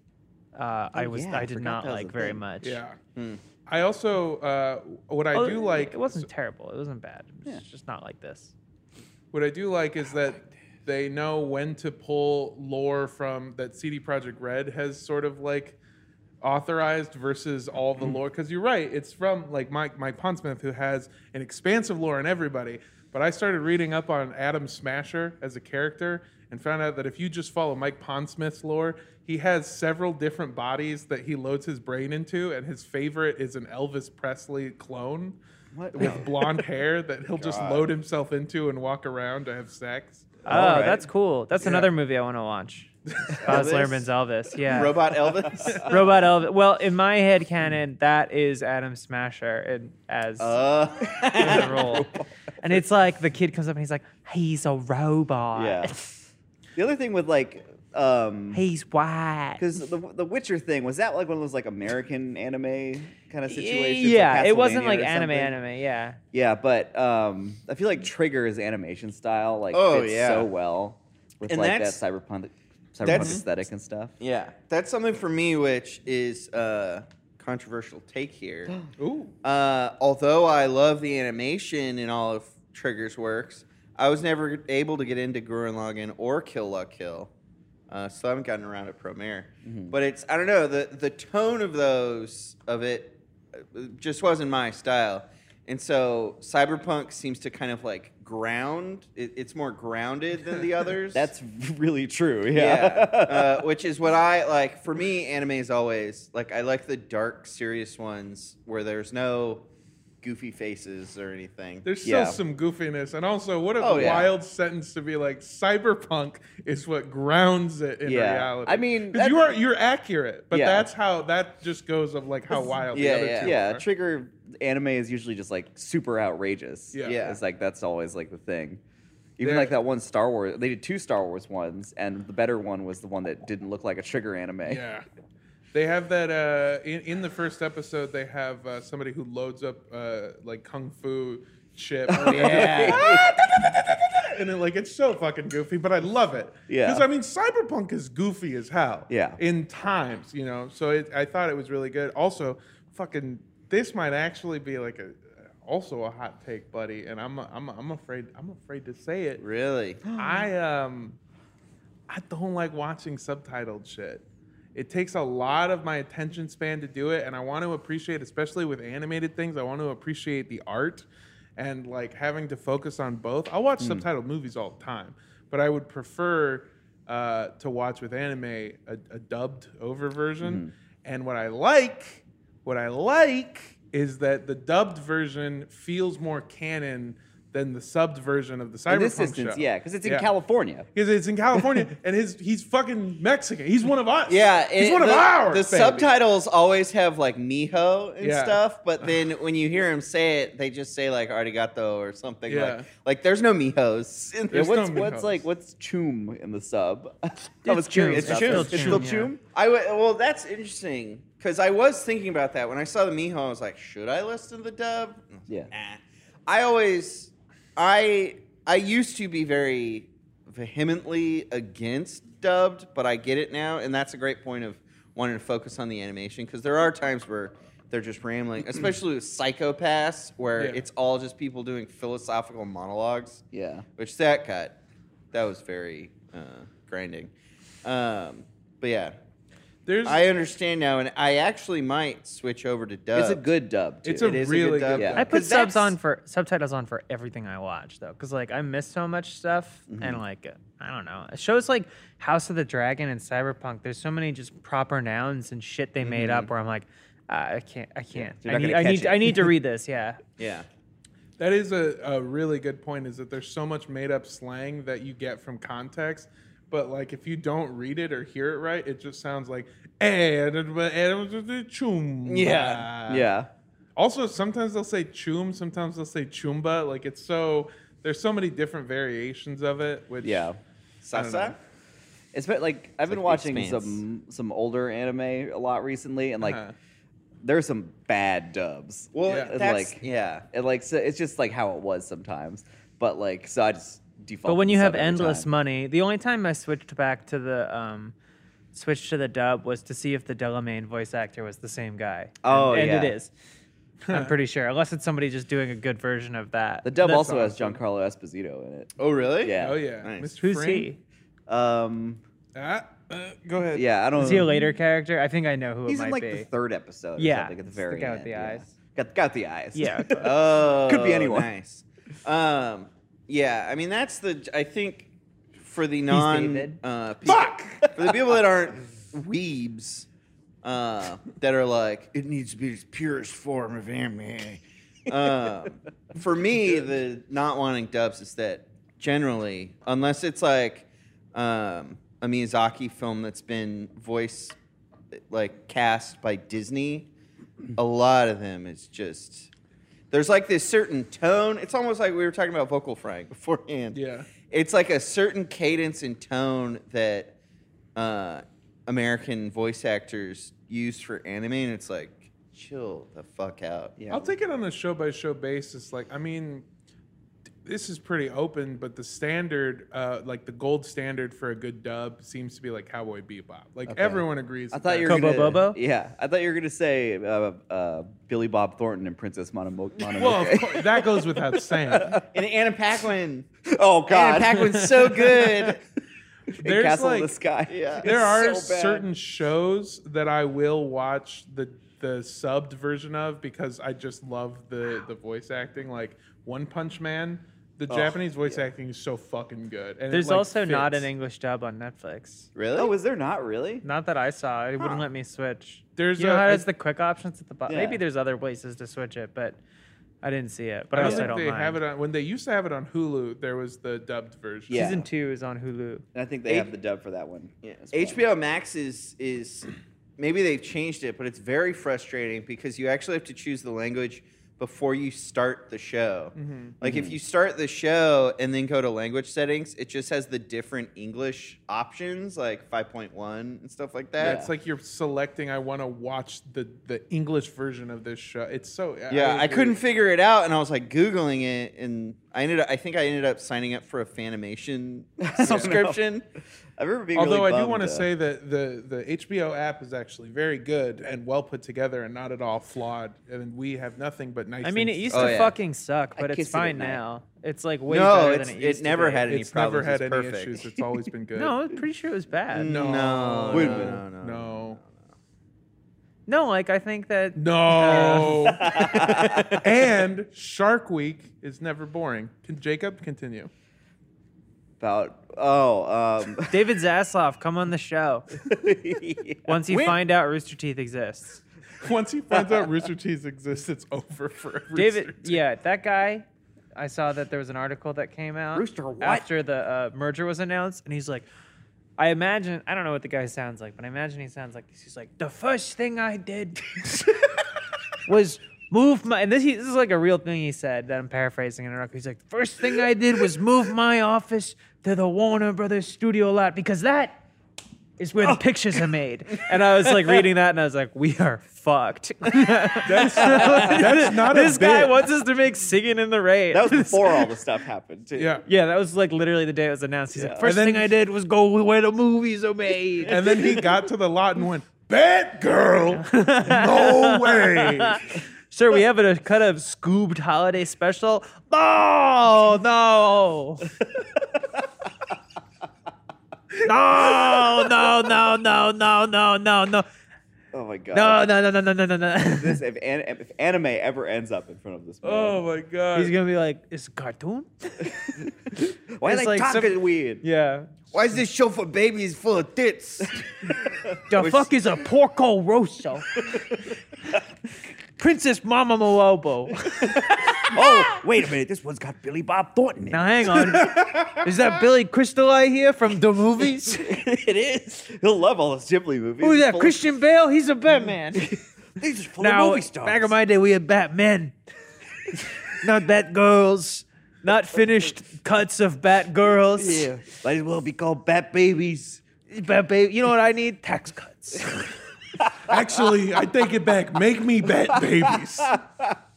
Speaker 3: uh, I
Speaker 4: Oh,
Speaker 3: was
Speaker 4: yeah,
Speaker 3: I
Speaker 4: I
Speaker 3: did
Speaker 4: forgot
Speaker 3: not
Speaker 4: that was
Speaker 3: like
Speaker 4: a
Speaker 3: very
Speaker 4: thing.
Speaker 3: much.
Speaker 1: Yeah. I also uh, what I
Speaker 3: Oh,
Speaker 1: do like
Speaker 3: it wasn't terrible. It wasn't bad. It's just not like this.
Speaker 1: What I do like is that they know when to pull lore from that CD Project Red has sort of like authorized versus all the lore. Because you're right, it's from like Mike Mike Pondsmith who has an expansive lore in everybody. But I started reading up on Adam Smasher as a character and found out that if you just follow Mike Pondsmith's lore, he has several different bodies that he loads his brain into, and his favorite is an Elvis Presley clone
Speaker 2: What? <laughs>
Speaker 1: with blonde hair that he'll just load himself into and walk around to have sex.
Speaker 3: Oh,
Speaker 2: Alright.
Speaker 3: that's cool. That's another movie I want to watch. Baz
Speaker 4: Elvis?
Speaker 3: Luhrmann's Elvis. Yeah.
Speaker 1: <laughs>
Speaker 4: Robot Elvis.
Speaker 3: Robot Elvis. Well, in my head canon, that is Adam Smasher and as
Speaker 2: Oh,
Speaker 4: uh,
Speaker 3: as a role. And it's like the kid comes up and he's like, he's a robot.
Speaker 2: Yeah. <laughs> The other thing with like, um,
Speaker 3: <laughs> he's white.
Speaker 2: because the the Witcher thing was that like one of those like American anime kind of situations.
Speaker 3: Yeah,
Speaker 2: like
Speaker 3: it wasn't
Speaker 2: Castlevania
Speaker 3: like
Speaker 2: or
Speaker 3: anime,
Speaker 2: something?
Speaker 3: anime. Yeah.
Speaker 2: Yeah, but um, I feel like Trigger's animation style like
Speaker 4: Oh,
Speaker 2: fits
Speaker 4: yeah.
Speaker 2: so well with
Speaker 4: And
Speaker 2: like that
Speaker 4: that's-
Speaker 2: cyberpunk cyberpunk
Speaker 4: that's-
Speaker 2: aesthetic and stuff.
Speaker 4: yeah, that's something for me, which is a controversial take here.
Speaker 3: <gasps>
Speaker 1: Ooh.
Speaker 4: Uh, although I love the animation in all of Trigger's works, I was never able to get into Gurren Lagann or Kill La Kill, uh, so I haven't gotten around to Promare. But it's I don't know the the tone of those of it uh, just wasn't my style, and so Cyberpunk seems to kind of like ground. It, it's more grounded than the others.
Speaker 2: That's
Speaker 4: <laughs>
Speaker 2: really true.
Speaker 4: Yeah,
Speaker 1: <laughs>
Speaker 2: Yeah.
Speaker 4: <laughs> uh, which is what I like. For me, anime is always like I like the dark, serious ones where there's no goofy faces or anything.
Speaker 1: There's still
Speaker 2: Yeah.
Speaker 1: some goofiness. And also, what a
Speaker 4: Oh, yeah.
Speaker 1: wild sentence to be like, cyberpunk is what grounds it in
Speaker 2: Yeah.
Speaker 1: reality.
Speaker 2: I mean,
Speaker 1: 'Cause you
Speaker 2: that-
Speaker 1: are, you're accurate, but
Speaker 2: Yeah.
Speaker 1: that's how, that just goes of like how wild the
Speaker 4: yeah,
Speaker 1: other two
Speaker 2: yeah,
Speaker 1: are.
Speaker 2: trigger anime is usually just like super outrageous.
Speaker 1: Yeah.
Speaker 4: Yeah.
Speaker 2: It's like that's always like the thing. Even
Speaker 1: They're-
Speaker 2: like that one Star Wars, they did two Star Wars ones, and the better one was the one that didn't look like a trigger anime.
Speaker 1: Yeah. They have that uh, in, in the first episode. They have uh, somebody who loads up uh, like kung fu chip.
Speaker 2: Oh,
Speaker 1: and it, like it's so fucking goofy, but I love it.
Speaker 2: Yeah.
Speaker 1: Because I mean, cyberpunk is goofy as hell.
Speaker 2: Yeah.
Speaker 1: In times, you know. So it, I thought it was really good. Also, fucking, this might actually be like a also a hot take, buddy. And I'm I'm I'm afraid I'm afraid to say it. <gasps>
Speaker 4: really?
Speaker 2: Mm.
Speaker 1: I um I don't like watching subtitled shit. It takes a lot of my attention span to do it and I want to appreciate especially with animated things, I want to appreciate the art and like having to focus on both. I watch
Speaker 2: Hmm.
Speaker 1: subtitled movies all the time, but I would prefer uh, to watch with anime a, a dubbed over version.
Speaker 2: Hmm.
Speaker 1: And what I like, what I like is that the dubbed version feels more canon than the subbed version of the cyberpunk
Speaker 2: In this instance,
Speaker 1: show.
Speaker 2: yeah, because it's in
Speaker 1: Yeah.
Speaker 2: California.
Speaker 1: Because it's in
Speaker 3: <laughs>
Speaker 1: California, and his he's fucking Mexican. He's one of us.
Speaker 4: Yeah,
Speaker 1: he's
Speaker 4: it-
Speaker 1: one
Speaker 4: the,
Speaker 1: of ours.
Speaker 4: The
Speaker 1: baby.
Speaker 4: subtitles always have like "mijo" and
Speaker 1: Yeah.
Speaker 4: stuff,
Speaker 1: <sighs>
Speaker 4: but then when you hear him say it, they just say like "arigato" or something.
Speaker 1: Yeah.
Speaker 4: Like, like there's no "mijos." In
Speaker 2: Yeah,
Speaker 1: There's
Speaker 4: this.
Speaker 2: what's
Speaker 1: no
Speaker 2: what's
Speaker 1: Migos.
Speaker 2: like what's choom in the sub? <laughs> I was
Speaker 3: It's
Speaker 2: curious.
Speaker 3: Choom.
Speaker 2: about that.
Speaker 4: It's Choom.
Speaker 2: It's still
Speaker 3: Choom,
Speaker 2: choom.
Speaker 4: I w- well, that's interesting because I was thinking about that when I saw the Miho. I was like, should I listen to the dub?
Speaker 2: Yeah.
Speaker 4: Nah. I always, I I used to be very vehemently against dubbed, but I get it now, and that's a great point of wanting to focus on the animation because there are times where they're just rambling, especially with psychopaths, where
Speaker 1: Yeah.
Speaker 4: it's all just people doing philosophical monologues.
Speaker 2: Yeah.
Speaker 4: Which that cut, that was very uh, grinding. Um, but yeah,
Speaker 1: There's
Speaker 4: I understand now, and I actually might switch over to dub.
Speaker 2: It's a good dub. Too.
Speaker 1: It's a
Speaker 4: It is
Speaker 1: really
Speaker 4: Uh, a good dub.
Speaker 1: good
Speaker 2: Yeah.
Speaker 4: though.
Speaker 3: I put
Speaker 4: 'Cause
Speaker 3: subs
Speaker 4: that's-
Speaker 3: on for subtitles on for everything I watch though, because like I miss so much stuff,
Speaker 2: Mm-hmm.
Speaker 3: and like I don't know, shows like House of the Dragon and Cyberpunk. There's so many just proper nouns and shit they made up where I'm like, uh, I can't, I can't.
Speaker 2: Mm-hmm. you're
Speaker 3: I
Speaker 2: not
Speaker 3: need,
Speaker 2: gonna
Speaker 3: I
Speaker 2: catch
Speaker 3: need,
Speaker 2: it.
Speaker 3: I
Speaker 2: <laughs>
Speaker 3: need to read this. Yeah,
Speaker 4: Yeah.
Speaker 1: That is a, a really good point is that there's so much made up slang that you get from context. But like if you don't read it or hear it right, it just sounds like eh, da- da- da- da- da- chum.
Speaker 4: Yeah.
Speaker 2: yeah.
Speaker 1: Also, sometimes they'll say chum, sometimes they'll say chumba. Like it's so there's so many different variations of it. Which
Speaker 2: Yeah.
Speaker 4: Sasa?
Speaker 2: It's been like I've been
Speaker 4: like The
Speaker 2: watching
Speaker 4: Expanse.
Speaker 2: some some older anime a lot recently, and like
Speaker 1: Uh-huh.
Speaker 2: there's some bad dubs.
Speaker 4: Well,
Speaker 1: Yeah.
Speaker 2: And,
Speaker 4: that's
Speaker 2: like
Speaker 4: yeah.
Speaker 2: and, like so it's just like how it was sometimes, but like so I just default.
Speaker 3: but when you have endless money, the only time I switched back to the um, switched to the dub was to see if the Delamain voice actor was the same guy.
Speaker 2: Oh,
Speaker 3: and, and
Speaker 2: yeah.
Speaker 3: it is. I'm pretty sure, unless it's somebody just doing a good version of that.
Speaker 2: the dub
Speaker 1: That's
Speaker 2: also has
Speaker 1: awesome.
Speaker 2: Giancarlo Esposito in it.
Speaker 4: Oh really?
Speaker 2: Yeah.
Speaker 1: Oh yeah.
Speaker 4: Nice.
Speaker 1: Mr.
Speaker 3: Who's
Speaker 1: Frame?
Speaker 3: he?
Speaker 2: Um,
Speaker 1: Ah, uh, go ahead.
Speaker 2: yeah, I don't.
Speaker 3: Is he a later character? I think I know who
Speaker 2: He's
Speaker 3: it might
Speaker 2: in like
Speaker 3: be.
Speaker 2: the third episode. Or
Speaker 3: Yeah,
Speaker 2: something at the
Speaker 3: it's the
Speaker 2: very
Speaker 3: guy
Speaker 2: end.
Speaker 3: with the
Speaker 2: yeah.
Speaker 3: eyes.
Speaker 2: Got got the eyes. <laughs>
Speaker 3: Yeah.
Speaker 4: Oh,
Speaker 2: Could be anyone.
Speaker 4: Nice. Um, yeah, I mean that's the I think for the non
Speaker 3: David.
Speaker 4: uh, people, for the people that aren't <laughs> weebs uh, that are like it needs to be its purest form of anime. um, for me, the not wanting dubs is that generally, unless it's like um, a Miyazaki film that's been voice like cast by Disney, a lot of them is just there's like this certain tone. It's almost like we were talking about vocal frying <laughs> beforehand.
Speaker 1: Yeah.
Speaker 4: It's like a certain cadence and tone that uh, American voice actors use for anime, and it's like, chill the fuck out.
Speaker 2: Yeah.
Speaker 1: I'll take it on a show by show basis. Like, I mean, this is pretty open, but the standard, uh, like the gold standard for a good dub, seems to be like Cowboy Bebop. Like
Speaker 2: Okay.
Speaker 1: everyone agrees.
Speaker 2: I
Speaker 1: with
Speaker 2: thought
Speaker 1: that.
Speaker 2: you were
Speaker 3: Kobo
Speaker 2: gonna,
Speaker 3: Bobo?
Speaker 2: Yeah, I thought you were gonna say uh, uh, Billy Bob Thornton and Princess Monomo- Mononoke.
Speaker 1: Well, of course, that goes
Speaker 2: <laughs>
Speaker 1: without saying.
Speaker 4: And Anna Paquin.
Speaker 2: oh
Speaker 4: Anna
Speaker 2: God,
Speaker 4: Paquin's so good.
Speaker 2: And
Speaker 1: There's
Speaker 2: <laughs> Castle in
Speaker 1: like-
Speaker 2: the Sky.
Speaker 4: Yeah.
Speaker 1: there are
Speaker 2: so bad.
Speaker 1: certain shows that I will watch the the subbed version of because I just love the the voice acting. Like One Punch Man, the Japanese voice acting is so fucking good. And it,
Speaker 3: There's
Speaker 1: like,
Speaker 3: also not
Speaker 1: fits.
Speaker 3: an English dub on Netflix.
Speaker 4: Really?
Speaker 2: Oh, is there not really?
Speaker 3: Not that I saw. It wouldn't let me switch.
Speaker 1: There's
Speaker 3: you know
Speaker 1: a-
Speaker 3: how
Speaker 1: I-
Speaker 3: it's the quick options at the bottom.
Speaker 2: Yeah.
Speaker 3: Maybe there's other places to switch it, but I didn't see it. But
Speaker 1: I
Speaker 3: I
Speaker 1: don't
Speaker 3: also
Speaker 1: think
Speaker 3: don't
Speaker 1: they
Speaker 3: mind.
Speaker 1: have it on when they used to have it on Hulu. There was the dubbed version.
Speaker 2: Yeah.
Speaker 3: Season two is on Hulu.
Speaker 2: And I think they
Speaker 4: H-
Speaker 2: have the dub for that one.
Speaker 4: Yeah.
Speaker 2: as well.
Speaker 4: HBO Max is is maybe they've changed it, but it's very frustrating because you actually have to choose the language before you start the show.
Speaker 2: Mm-hmm.
Speaker 4: Like if you start the show and then go to language settings, it just has the different English options like 5.1 and stuff like
Speaker 1: Yeah,
Speaker 4: that.
Speaker 1: It's like you're selecting. I want to watch the the English version of this show. It's so
Speaker 4: Yeah, I
Speaker 1: agree.
Speaker 4: couldn't figure it out, and I was like googling it, and I ended. Up, I think I ended up signing up for
Speaker 2: <laughs>
Speaker 4: a Fanimation subscription.
Speaker 2: I remember being.
Speaker 1: Although
Speaker 2: really
Speaker 1: I do
Speaker 2: bummed,
Speaker 1: want to
Speaker 2: uh,
Speaker 1: say that the the HBO app is actually very good and well put together and not at all flawed. And we have nothing but nice.
Speaker 3: I mean, it
Speaker 1: things-
Speaker 3: used
Speaker 4: Oh,
Speaker 3: to
Speaker 4: yeah.
Speaker 3: fucking suck,
Speaker 2: I
Speaker 3: but it's
Speaker 2: kiss it at
Speaker 3: fine
Speaker 2: night.
Speaker 3: now. It's like way
Speaker 4: No,
Speaker 3: better
Speaker 4: it's-
Speaker 3: than it
Speaker 4: it
Speaker 3: used to
Speaker 4: never
Speaker 3: be.
Speaker 4: had any
Speaker 1: it's never
Speaker 4: problems,
Speaker 1: had
Speaker 4: it's
Speaker 1: any
Speaker 4: perfect.
Speaker 1: issues. It's always been good.
Speaker 3: <laughs> No, I'm pretty sure it was bad.
Speaker 1: no,
Speaker 4: No,
Speaker 2: Wait a
Speaker 1: no,
Speaker 2: minute.
Speaker 1: no,
Speaker 4: no,
Speaker 1: no,
Speaker 3: No, like I think that uh,
Speaker 1: no. and Shark Week is never boring. Can Jacob continue?
Speaker 2: about oh um,
Speaker 3: <laughs>
Speaker 2: <laughs>
Speaker 3: David Zasloff, come on the show. Once you
Speaker 1: When-
Speaker 3: find out Rooster Teeth exists.
Speaker 1: <laughs> Once he finds out Rooster Teeth exists, it's over for Rooster
Speaker 3: David, <laughs>
Speaker 1: Teeth.
Speaker 3: yeah, that guy. I saw that there was an article that came out
Speaker 2: Rooster what?
Speaker 3: after the uh, merger was announced, and he's like, I imagine I don't know what the guy sounds like, but I imagine he sounds like this. He's like, the first thing I did was move my and this, he, this is like a real thing he said that I'm paraphrasing in an article. He's like, first thing I did was move my office to the Warner Brothers studio lot because that is where the pictures are made. And I was like reading that, and I was like, we are fucked.
Speaker 1: That's, that's not
Speaker 3: this
Speaker 1: a
Speaker 3: guy
Speaker 1: bit.
Speaker 3: wants us to make singing in the rain. <laughs>
Speaker 2: that was <laughs> before all the stuff happened too.
Speaker 1: Yeah.
Speaker 3: yeah, that was like literally the day it was announced. He's
Speaker 2: Yeah.
Speaker 3: like, first
Speaker 1: And then-
Speaker 2: <laughs>
Speaker 3: thing I did was go where the movies are made.
Speaker 1: And then he got to the lot and went, That
Speaker 3: <laughs>
Speaker 1: girl? No way.
Speaker 3: Sir, we have a cut of scooped holiday special. No, no. no, no, no, no, no, no, no, no.
Speaker 2: Oh my god.
Speaker 3: No, no, no, no, no, no, no, no. <laughs>
Speaker 2: This if, an, if anime ever ends up in front of this,
Speaker 1: Oh
Speaker 2: man,
Speaker 1: my god.
Speaker 3: He's gonna be like, it's a cartoon?
Speaker 2: why are
Speaker 3: it's
Speaker 2: they
Speaker 3: like some-
Speaker 2: talking weird?
Speaker 3: Yeah.
Speaker 4: Why is this show for babies full of tits?
Speaker 3: The fuck is a porco rosso? <laughs> Princess Mama Malobo.
Speaker 2: <laughs> oh, wait a minute, this one's got Billy Bob Thornton. In
Speaker 3: Now hang on. Is that Billy Crystal I hear from the movies?
Speaker 2: it. it is. <laughs> He'll love all those Ghibli movies.
Speaker 3: Who's that?
Speaker 2: Full-
Speaker 3: Christian Bale? He's a Batman.
Speaker 2: <laughs> These are full of
Speaker 3: now,
Speaker 2: movie stars.
Speaker 3: back in my day, we had Batmen, not Batgirls, not finished cuts of Batgirls.
Speaker 2: yeah, might as well be called Bat Babies.
Speaker 3: Bat baby, you know what I need? Tax cuts.
Speaker 1: Actually, I take it back. Make me bat babies.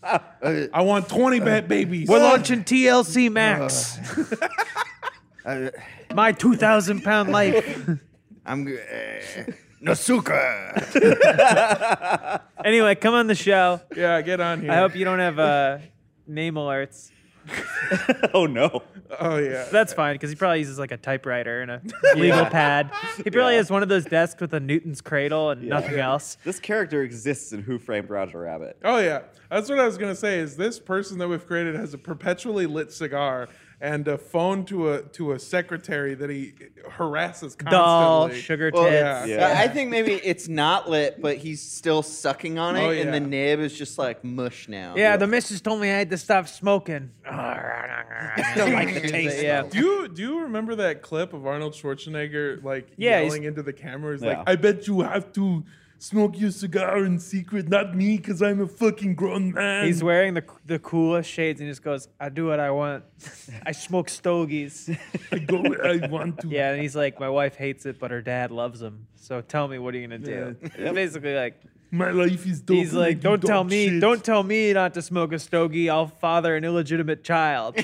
Speaker 1: I want 20 bat babies.
Speaker 3: We're launching TLC Max. <laughs> My 2,000 pound life.
Speaker 4: Uh, I'm g- uh,
Speaker 3: <laughs>
Speaker 4: Nasuka.
Speaker 3: Anyway, come on the show.
Speaker 1: Yeah, get on here.
Speaker 3: I hope you don't have uh, name alerts.
Speaker 2: Oh no.
Speaker 1: oh yeah.
Speaker 3: That's fine because he probably uses like a typewriter and a legal pad. He probably has one of those desks with a Newton's cradle and nothing else.
Speaker 2: This character exists in Who Framed Roger Rabbit.
Speaker 1: Oh yeah. That's what I was gonna say. Is this person that we've created has a perpetually lit cigar and a phone to a to a secretary that he harasses
Speaker 3: Doll,
Speaker 1: constantly.
Speaker 3: sugar tits.
Speaker 4: Well,
Speaker 1: yeah.
Speaker 2: Yeah.
Speaker 4: I think maybe it's not lit, but he's still sucking on it,
Speaker 1: Oh,
Speaker 4: and
Speaker 1: yeah.
Speaker 4: the nib is just like mush now.
Speaker 3: Yeah, the missus told me I had to stop smoking. <laughs>
Speaker 2: Don't like the taste,
Speaker 3: Yeah.
Speaker 1: Do you do you remember that clip of Arnold Schwarzenegger like
Speaker 3: Yeah, he's-
Speaker 1: yelling into the camera? He's
Speaker 2: Yeah.
Speaker 1: like, "I bet you have to smoke your cigar in secret, not me, because I'm a fucking grown man."
Speaker 3: He's wearing the the coolest shades and he just goes, "I do what I want. <laughs> I smoke stogies."
Speaker 1: I go where I
Speaker 3: <laughs>
Speaker 1: want to.
Speaker 3: Yeah, and he's like, "My wife hates it, but her dad loves him. So tell me, what are you gonna do?" <laughs> Basically, like
Speaker 1: My life is dope.
Speaker 3: he's
Speaker 1: and I
Speaker 3: like,
Speaker 1: do
Speaker 3: "Don't
Speaker 1: dog
Speaker 3: tell me,
Speaker 1: shit."
Speaker 3: don't tell me not to smoke a stogie. I'll father an illegitimate child."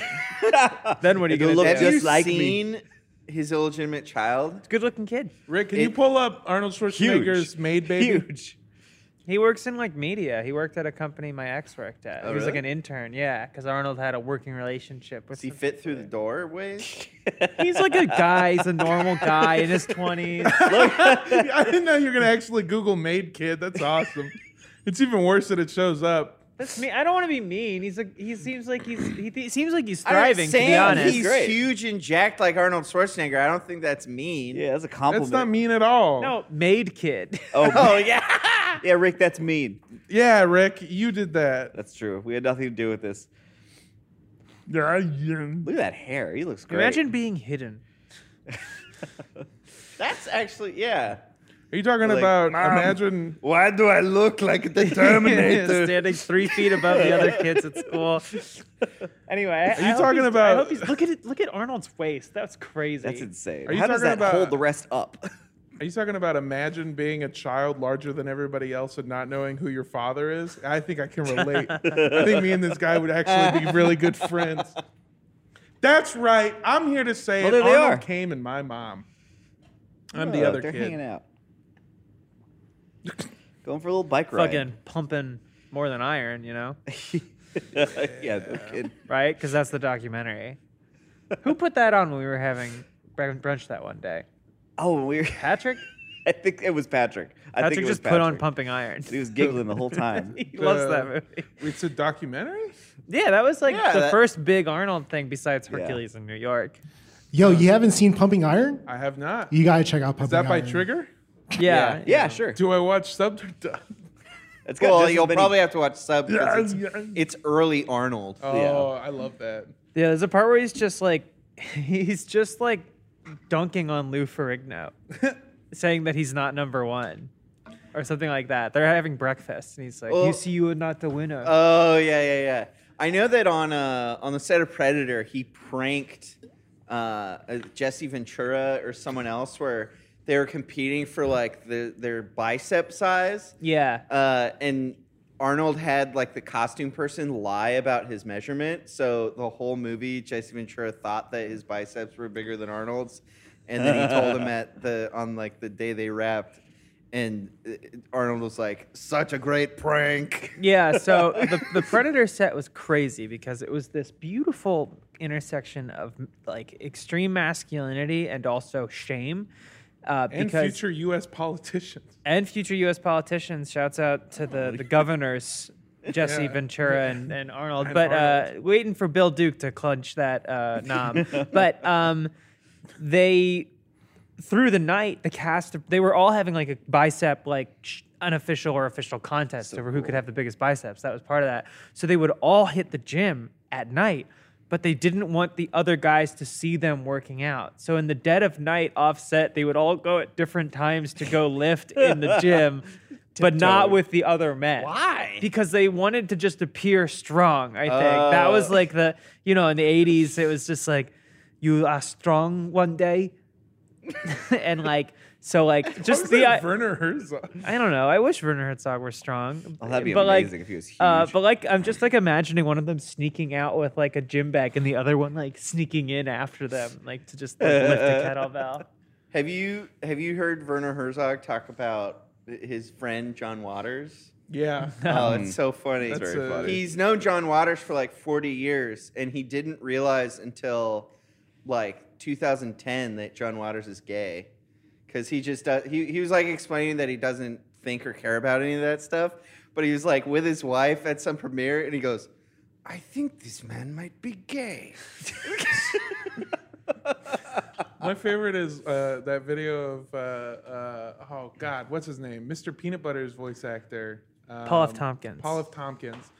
Speaker 3: then what are you
Speaker 2: It'll
Speaker 3: gonna
Speaker 2: look
Speaker 3: do?
Speaker 4: Have
Speaker 2: just
Speaker 4: you
Speaker 2: like me.
Speaker 4: seen his illegitimate child?
Speaker 3: Good looking kid.
Speaker 1: Rick, can you
Speaker 4: It-
Speaker 1: pull up Arnold Schwarzenegger's Made Baby?
Speaker 2: Huge.
Speaker 3: He works in like media. He worked at a company my ex worked at.
Speaker 4: Oh,
Speaker 3: he was like
Speaker 4: really?
Speaker 3: an intern, yeah, because Arnold had a working relationship with
Speaker 4: Does he
Speaker 3: him.
Speaker 4: fit through the doorways?
Speaker 3: He's like a guy. He's a normal guy in his twenties.
Speaker 1: <laughs> I didn't know you were gonna actually Google Made Kid. That's
Speaker 3: <laughs>
Speaker 1: awesome. it's even worse that it shows up.
Speaker 3: That's me. I don't want to be mean. He's like he seems like he's he, th- seems like he's
Speaker 4: I'm
Speaker 3: <laughs>
Speaker 4: not
Speaker 3: thriving. To be
Speaker 4: saying
Speaker 3: honest,
Speaker 4: he's
Speaker 2: Great.
Speaker 4: huge and jacked like Arnold Schwarzenegger. I don't think that's mean.
Speaker 2: Yeah, that's a
Speaker 1: That's
Speaker 2: compliment.
Speaker 1: not mean at all.
Speaker 3: no maid <laughs> kid.
Speaker 1: <laughs>
Speaker 2: Oh,
Speaker 4: <laughs> Oh yeah.
Speaker 2: yeah, Rick, that's mean.
Speaker 1: Yeah, Rick, you did that.
Speaker 2: That's true. We had nothing to do with this.
Speaker 1: Yeah, yeah.
Speaker 2: Look at that hair. He looks great.
Speaker 3: Imagine being hidden.
Speaker 4: That's actually yeah.
Speaker 1: Are you talking
Speaker 4: Like,
Speaker 1: about
Speaker 4: "Mom."
Speaker 1: imagine
Speaker 4: Why do I look like the
Speaker 3: <laughs> standing three feet above the other kids at school. Anyway, are
Speaker 1: you talking about-
Speaker 3: I hope he's, look at it. Look at Arnold's waist. That's crazy.
Speaker 2: That's insane.
Speaker 1: Are you
Speaker 2: How does
Speaker 1: talking
Speaker 2: that
Speaker 1: about-
Speaker 2: hold the rest up?
Speaker 1: Are you talking about imagine being a child larger than everybody else and not knowing who your father is? I think I can relate. I think me and this guy would actually be really good friends. That's right. I'm here to say
Speaker 2: Well,
Speaker 1: it.
Speaker 2: there they
Speaker 1: Arnold
Speaker 2: are.
Speaker 1: came and my mom. <laughs> I'm
Speaker 2: Oh,
Speaker 1: the other
Speaker 2: They're hanging
Speaker 1: kid.
Speaker 2: out. <laughs> Going for a little bike ride. <laughs>
Speaker 3: fucking pumping more than iron. You <laughs> know,
Speaker 2: yeah, no kid.
Speaker 3: right? Because that's the documentary. Who put that on when we were having br- brunch that one day?
Speaker 2: Oh, we.
Speaker 3: Patrick.
Speaker 2: <laughs> I think it was Patrick. I
Speaker 3: Patrick
Speaker 2: think it was
Speaker 3: just put on
Speaker 2: Patrick.
Speaker 3: pumping iron. <laughs>
Speaker 2: He was giggling the whole time.
Speaker 3: he loves that
Speaker 1: The-
Speaker 3: movie.
Speaker 1: It's a documentary?
Speaker 3: Yeah, that was like
Speaker 4: Yeah,
Speaker 3: the
Speaker 4: that-
Speaker 3: first big Arnold thing besides
Speaker 2: Yeah.
Speaker 3: Hercules in New York.
Speaker 5: Yo, you haven't seen Pumping Iron?
Speaker 1: I have not. Uh, Is
Speaker 5: You gotta check out Pumping
Speaker 1: that by
Speaker 5: Iron.
Speaker 1: Trigger?
Speaker 3: Yeah.
Speaker 2: <laughs> yeah, sure.
Speaker 1: Do I watch sub? <laughs>
Speaker 2: It's got
Speaker 4: Well,
Speaker 2: just as
Speaker 4: you'll
Speaker 2: many-
Speaker 4: probably have to watch sub because
Speaker 1: Yeah,
Speaker 4: it's,
Speaker 1: yeah.
Speaker 4: it's early Arnold.
Speaker 1: Oh,
Speaker 2: Yeah.
Speaker 1: I love that.
Speaker 3: Yeah, there's a part where he's just like, <laughs> he's just like dunking on Lou
Speaker 1: <laughs>
Speaker 3: Ferrigno, saying that he's not number one or something like that. They're having breakfast, and he's like,
Speaker 4: Well-
Speaker 3: "You see, you are not the winner."
Speaker 1: uh,
Speaker 4: Oh yeah, yeah, yeah. I know that on uh, on the set of Predator, he pranked uh, uh, Jesse Ventura or someone else where they were competing for like the, their bicep size,
Speaker 3: yeah,
Speaker 4: uh, and Arnold had like the costume person lie about his measurement. So the whole movie, Jesse Ventura thought that his biceps were bigger than Arnold's, and then he told him at the on like the day they wrapped. and uh, Arnold was like, "Such a great prank."
Speaker 3: Yeah, so
Speaker 1: <laughs>
Speaker 3: the, the Predator set was crazy because it was this beautiful intersection of like extreme masculinity and also shame. Uh,
Speaker 1: and
Speaker 3: because
Speaker 1: future U.S. politicians.
Speaker 3: and future U.S. politicians. Shouts out to the, the governors, Jesse
Speaker 1: Yeah.
Speaker 3: Ventura and, and Arnold.
Speaker 1: And
Speaker 3: but Uh,
Speaker 1: Arnold.
Speaker 3: waiting for Bill Duke to clench that uh, knob. but um, they through the night, the cast they were all having like a bicep like sh- unofficial or official contest over who could have the biggest biceps. That was part of that. So they would all hit the gym at night. But they didn't want the other guys to see them working out. So in the dead of night, offset, they would all go at different times to go lift in the gym, but not with the other men. Why? Because they wanted to just appear strong. I think that was like the you know in the '80s, it was just like you are strong one day, <laughs> and like so like just
Speaker 1: Just
Speaker 3: the I,
Speaker 1: Werner Herzog.
Speaker 3: I don't know. I wish Werner Herzog were strong.
Speaker 2: Oh, that'd be
Speaker 3: but,
Speaker 2: amazing
Speaker 3: like,
Speaker 2: if he was huge.
Speaker 3: Uh, but like I'm just like imagining one of them sneaking out with like a gym bag and the other one like sneaking in after them, like to just like, lift a
Speaker 2: <laughs>
Speaker 3: kettlebell.
Speaker 4: Have you have you heard Werner Herzog talk about his friend John Waters?
Speaker 1: Yeah.
Speaker 3: <laughs> Um,
Speaker 4: Oh, it's so funny.
Speaker 1: That's very funny.
Speaker 4: He's known John Waters for like 40 years, and he didn't realize until like 2010 that John Waters is gay. Because he just, does, he, he was like explaining that he doesn't think or care about any of that stuff. But he was like with his wife at some premiere, and he goes, I think this man might be gay.
Speaker 1: My favorite is uh, that video of uh, uh, oh god, what's his name? Mr. Peanut Butter's voice actor, um,
Speaker 3: Paul F. Tompkins.
Speaker 1: Paul F. Tompkins.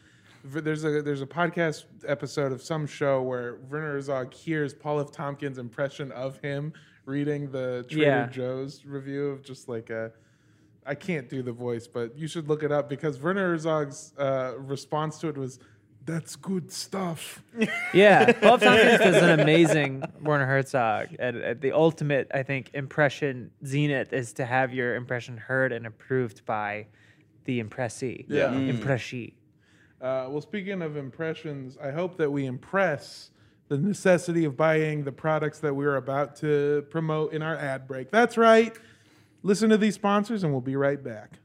Speaker 1: V- There's a there's a podcast episode of some show where Werner Herzog hears Paul F. Tompkins' impression of him reading the Trader
Speaker 3: Yeah.
Speaker 1: Joe's review of just like a. I can't do the voice, but you should look it up because Werner Herzog's uh, response to it was, "That's good stuff."
Speaker 3: Yeah, Bob Tompkins does an amazing Werner Herzog. And, uh, the ultimate, I think, impression zenith is to have your impression heard and approved by the impressee.
Speaker 1: Yeah. Mm.
Speaker 3: Impressee.
Speaker 1: Uh, well, speaking of impressions, I hope that we impress the necessity of buying the products that we're about to promote in our ad break. That's right. Listen to these sponsors, and we'll be right back.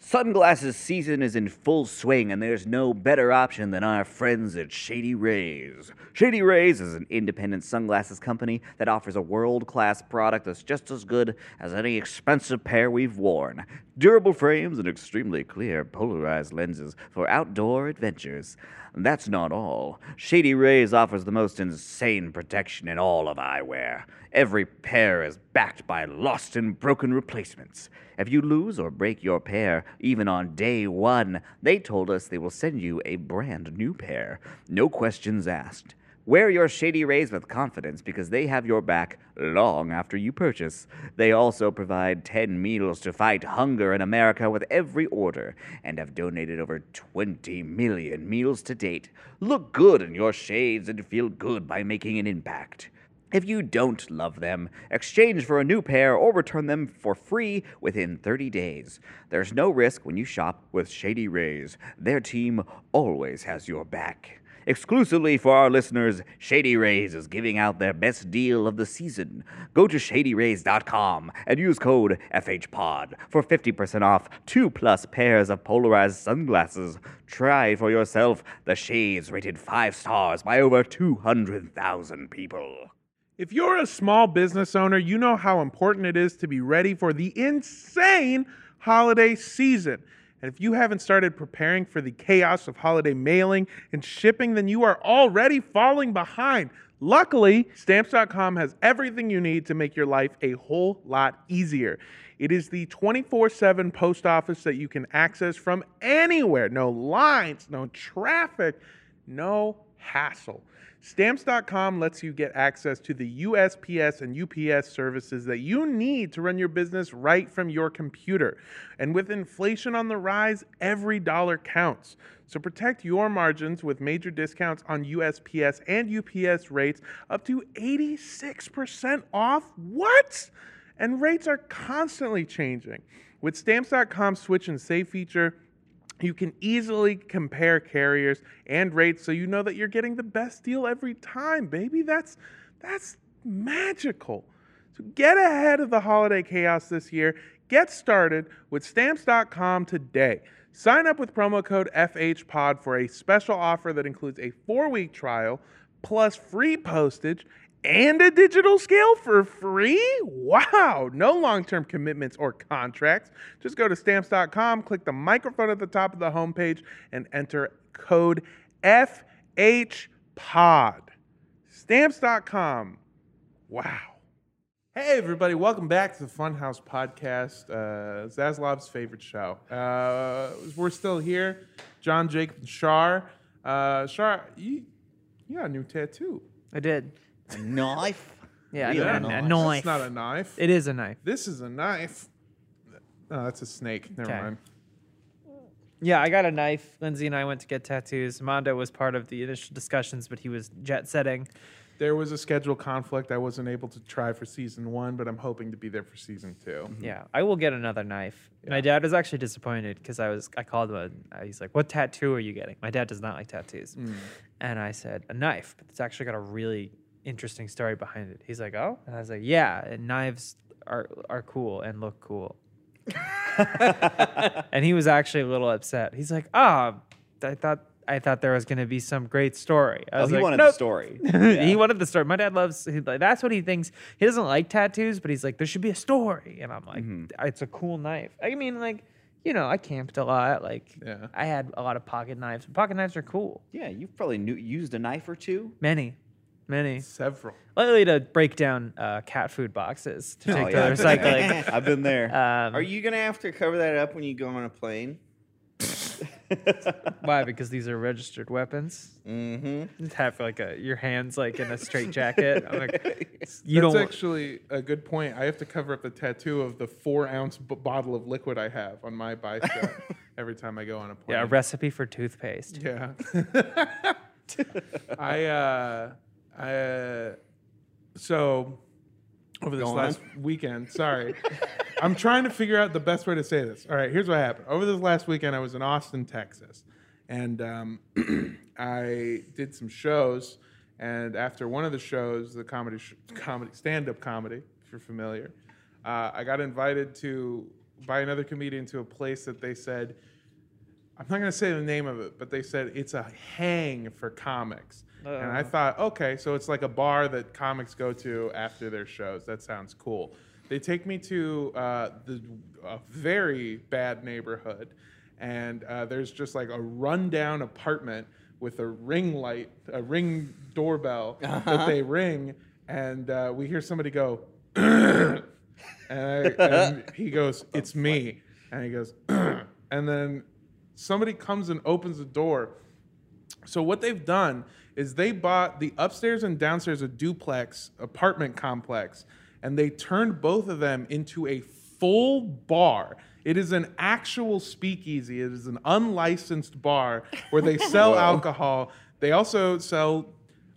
Speaker 2: Sunglasses season is in full swing, and there's no better option than our friends at Shady Rays. Shady Rays is an independent sunglasses company that offers a world class product that's just as good as any expensive pair we've worn. Durable frames and extremely clear polarized lenses for outdoor adventures. And that's not all. Shady Rays offers the most insane protection in all of eyewear. Every pair is backed by lost and broken replacements. If you lose or break your pair, even on day one, they told us they will send you a brand new pair. No questions asked. Wear your Shady Rays with confidence because they have your back long after you purchase. They also provide 10 meals to fight hunger in America with every order and have donated over 20 million meals to date. Look good in your shades and feel good by making an impact. If you don't love them, exchange for a new pair or return them for free within 30 days. There's no risk when you shop with Shady Rays. Their team always has your back. Exclusively for our listeners, Shady Rays is giving out their best deal of the season. Go to shadyrays.com and use code FHPOD for 50% off two plus pairs of polarized sunglasses. Try for yourself the shades rated five stars by over 200,000 people.
Speaker 1: If you're a small business owner, you know how important it is to be ready for the insane holiday season. And if you haven't started preparing for the chaos of holiday mailing and shipping, then you are already falling behind. Luckily, stamps.com has everything you need to make your life a whole lot easier. It is the 24 7 post office that you can access from anywhere. No lines, no traffic, no hassle. Stamps.com lets you get access to the USPS and UPS services that you need to run your business right from your computer. And with inflation on the rise, every dollar counts. So protect your margins with major discounts on USPS and UPS rates up to 86% off. What? And rates are constantly changing. With Stamps.com switch and save feature, you can easily compare carriers and rates so you know that you're getting the best deal every time, baby. That's that's magical. So get ahead of the holiday chaos this year. Get started with stamps.com today. Sign up with promo code FHPOD for a special offer that includes a four week trial plus free postage and a digital scale for free? Wow! No long term commitments or contracts. Just go to stamps.com, click the microphone at the top of the homepage, and enter code FHPOD. Stamps.com. Wow. Hey, everybody, welcome back to the Funhouse Podcast, uh, Zaslav's favorite show. Uh, we're still here. John, Jake, and Shar. Uh, Shar, you, you got a new tattoo.
Speaker 3: I did.
Speaker 2: A knife.
Speaker 3: Yeah, I
Speaker 2: Yeah,
Speaker 3: did.
Speaker 2: no,
Speaker 3: a
Speaker 2: that's
Speaker 3: knife.
Speaker 1: That's not a knife.
Speaker 3: it is a knife.
Speaker 1: This is a knife. Oh, that's a snake. Never
Speaker 3: Okay.
Speaker 1: mind.
Speaker 3: Yeah, I got a knife. Lindsay and I went to get tattoos. Mondo was part of the initial discussions, but he was jet setting.
Speaker 1: There was a schedule conflict. I wasn't able to try for season one, but I'm hoping to be there for season two.
Speaker 3: Yeah, I will get another knife. My dad was actually disappointed because I was I called him. and, uh, He's like, "What tattoo are you getting?" My dad does not like tattoos, and I said a knife, but it's actually got a really interesting story behind it. He's like, "Oh," and I was like, "Yeah, and knives are are cool and look cool." and he was actually a little upset. He's like, "Ah, I thought I thought there was going to be some great story." I
Speaker 2: Oh,
Speaker 3: was
Speaker 2: he
Speaker 3: like,
Speaker 2: wanted the
Speaker 3: "Nope." <laughs>
Speaker 2: story.
Speaker 3: he wanted the story. My dad loves. He, like, that's what he thinks. He doesn't like tattoos, but he's like, there should be a story. And I'm like,
Speaker 2: Mm-hmm.
Speaker 3: it's a cool knife. I mean, like, you know, I camped a lot. Like,
Speaker 1: Yeah.
Speaker 3: I had a lot of pocket knives. Pocket knives are cool.
Speaker 2: Yeah, you probably knew, used a knife or two.
Speaker 3: Many, many.
Speaker 1: Several.
Speaker 3: Lately, to break down uh, cat food boxes
Speaker 2: Oh,
Speaker 3: to take to the
Speaker 2: I've been there. <laughs>
Speaker 3: recycling.
Speaker 2: I've been there.
Speaker 3: Um,
Speaker 4: Are you gonna have to cover that up when you go on a plane?
Speaker 3: why? Because these are registered weapons.
Speaker 4: Mm-hmm.
Speaker 3: Just have like a your hands like in a straitjacket.
Speaker 2: <laughs>
Speaker 3: I'm like, you
Speaker 1: That's
Speaker 3: don't.
Speaker 1: actually a good point. I have to cover up the tattoo of the four ounce b- bottle of liquid I have on my bicep
Speaker 3: <laughs>
Speaker 1: every time I go on a plane.
Speaker 3: yeah, a recipe for
Speaker 2: Oh
Speaker 3: toothpaste.
Speaker 1: Yeah. I uh I uh, so over this
Speaker 4: Go on.
Speaker 1: last weekend, sorry. I'm trying to figure out the best way to say this. All right, here's what happened. Over this last weekend I was in Austin, Texas, and um <clears throat> I did some shows and after one of the shows, the comedy sh- comedy stand-up comedy, if you're familiar, uh, I got invited to by another comedian to a place that they said I'm not going to say the name of it, but they said it's a hang for comics. and I thought, okay, so it's like a bar that comics go to after their shows. That sounds cool. They take me to uh, the, a very bad neighborhood, and uh, there's just like a rundown apartment with a ring light, a ring doorbell that they ring, and uh, we hear somebody go, and, I, and he goes, "It's me," and he goes, <clears throat> and then somebody comes and opens the door. So what they've done is they bought the upstairs and downstairs a duplex apartment complex, and they turned both of them into a full bar. It is an actual speakeasy. It is an unlicensed bar where they sell alcohol. They also sell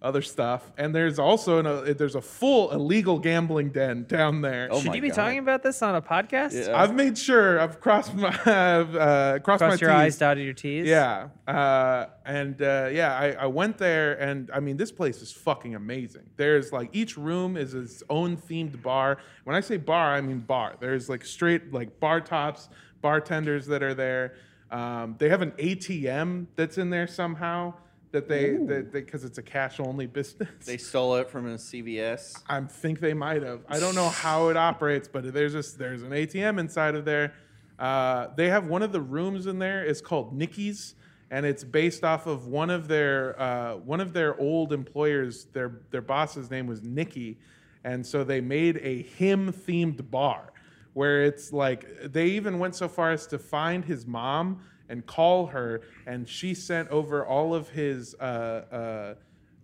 Speaker 1: other stuff, and there's also an, uh, there's a full illegal gambling den down there.
Speaker 2: Oh
Speaker 3: Should
Speaker 2: my
Speaker 3: you be
Speaker 2: God.
Speaker 3: talking about this on a podcast?
Speaker 2: Yeah.
Speaker 1: I've made sure I've crossed my <laughs> I've, uh, crossed my
Speaker 3: Cross your
Speaker 1: T's.
Speaker 3: eyes, dotted your T's.
Speaker 1: Yeah. Uh, and uh, yeah, I, I went there, and I mean, this place is fucking amazing. There's like each room is its own themed bar. When I say bar, I mean bar. There's like straight like bar tops, bartenders that are there. Um, they have an ATM that's in there somehow that they that because it's a cash only <laughs> business.
Speaker 4: They stole it from a CVS.
Speaker 1: I think they might have. I don't know how it operates, but there's just there's an ATM inside of there. Uh, they have one of the rooms in there. It's called Nicky's, and it's based off of one of their uh, one of their old employers. Their their boss's name was Nicky, and so they made a him themed bar where it's like they even went so far as to find his mom and call her, and she sent over all of his. Uh, uh,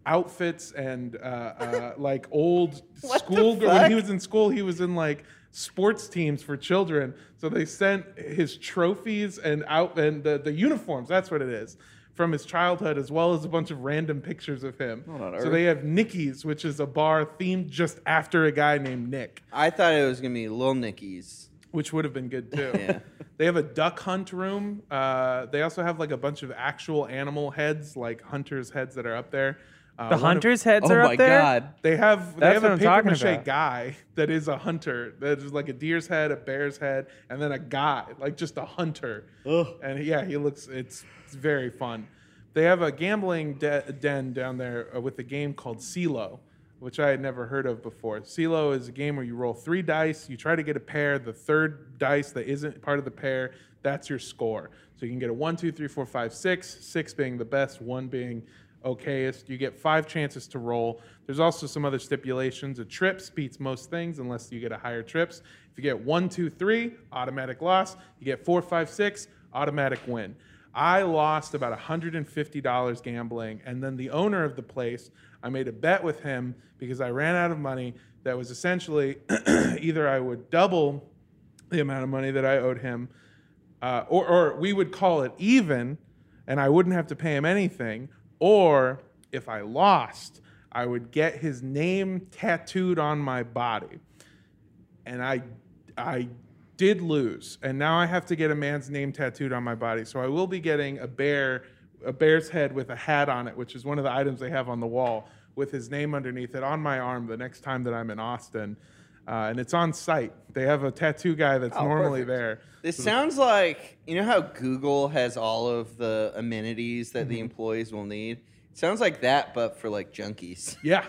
Speaker 1: outfits and uh, uh, like old school. girl- When he was in school, he was in like sports teams for children. So they sent his trophies and out and the, the uniforms. That's what it is from his childhood, as well as a bunch of random pictures of him.
Speaker 2: on
Speaker 1: So
Speaker 2: Earth.
Speaker 1: they have Nicky's, which is a bar themed just after a guy named Nick,
Speaker 4: I thought it was gonna be Lil Nicky's.
Speaker 1: which would have been good too.
Speaker 4: Yeah.
Speaker 1: They have a duck hunt room. Uh, they also have like a bunch of actual animal heads, like hunters' heads that are up there. Uh,
Speaker 3: The
Speaker 1: one of-
Speaker 3: hunters' heads
Speaker 2: Oh
Speaker 3: are
Speaker 2: my
Speaker 3: up there.
Speaker 2: god.
Speaker 1: They have they
Speaker 3: That's
Speaker 1: have
Speaker 3: what
Speaker 1: a
Speaker 3: I'm
Speaker 1: paper
Speaker 3: talking
Speaker 1: mache
Speaker 3: about.
Speaker 1: guy that is a hunter. That is like a deer's head, a bear's head, and then a guy like just a hunter. And yeah, he looks. It's, it's very fun. They have a gambling de- den down there uh, with a game called CeeLo, which I had never heard of before. CeeLo is a game where you roll three dice, you try to get a pair. The third dice that isn't part of the pair, that's your score. So you can get a one, two, three, four, five, six. Six being the best, one being okayest. You get five chances to roll. There's also some other stipulations. A trips beats most things unless you get a higher trips. If you get one, two, three, automatic loss. You get four, five, six, automatic win. I lost about $150 gambling, and then the owner of the place, I made a bet with him because I ran out of money that was essentially <clears throat> either I would double the amount of money that I owed him, uh, or, or we would call it even, and I wouldn't have to pay him anything. Or if I lost, I would get his name tattooed on my body, and I, I did lose, and now I have to get a man's name tattooed on my body. So I will be getting a bear, a bear's head with a hat on it, which is one of the items they have on the wall with his name underneath it on my arm the next time that I'm in Austin. Uh, and it's on site. They have a tattoo guy that's normally there.
Speaker 4: This sounds like you know how Google has all of the amenities that the employees will need. It sounds like that, but for like junkies.
Speaker 1: Yeah.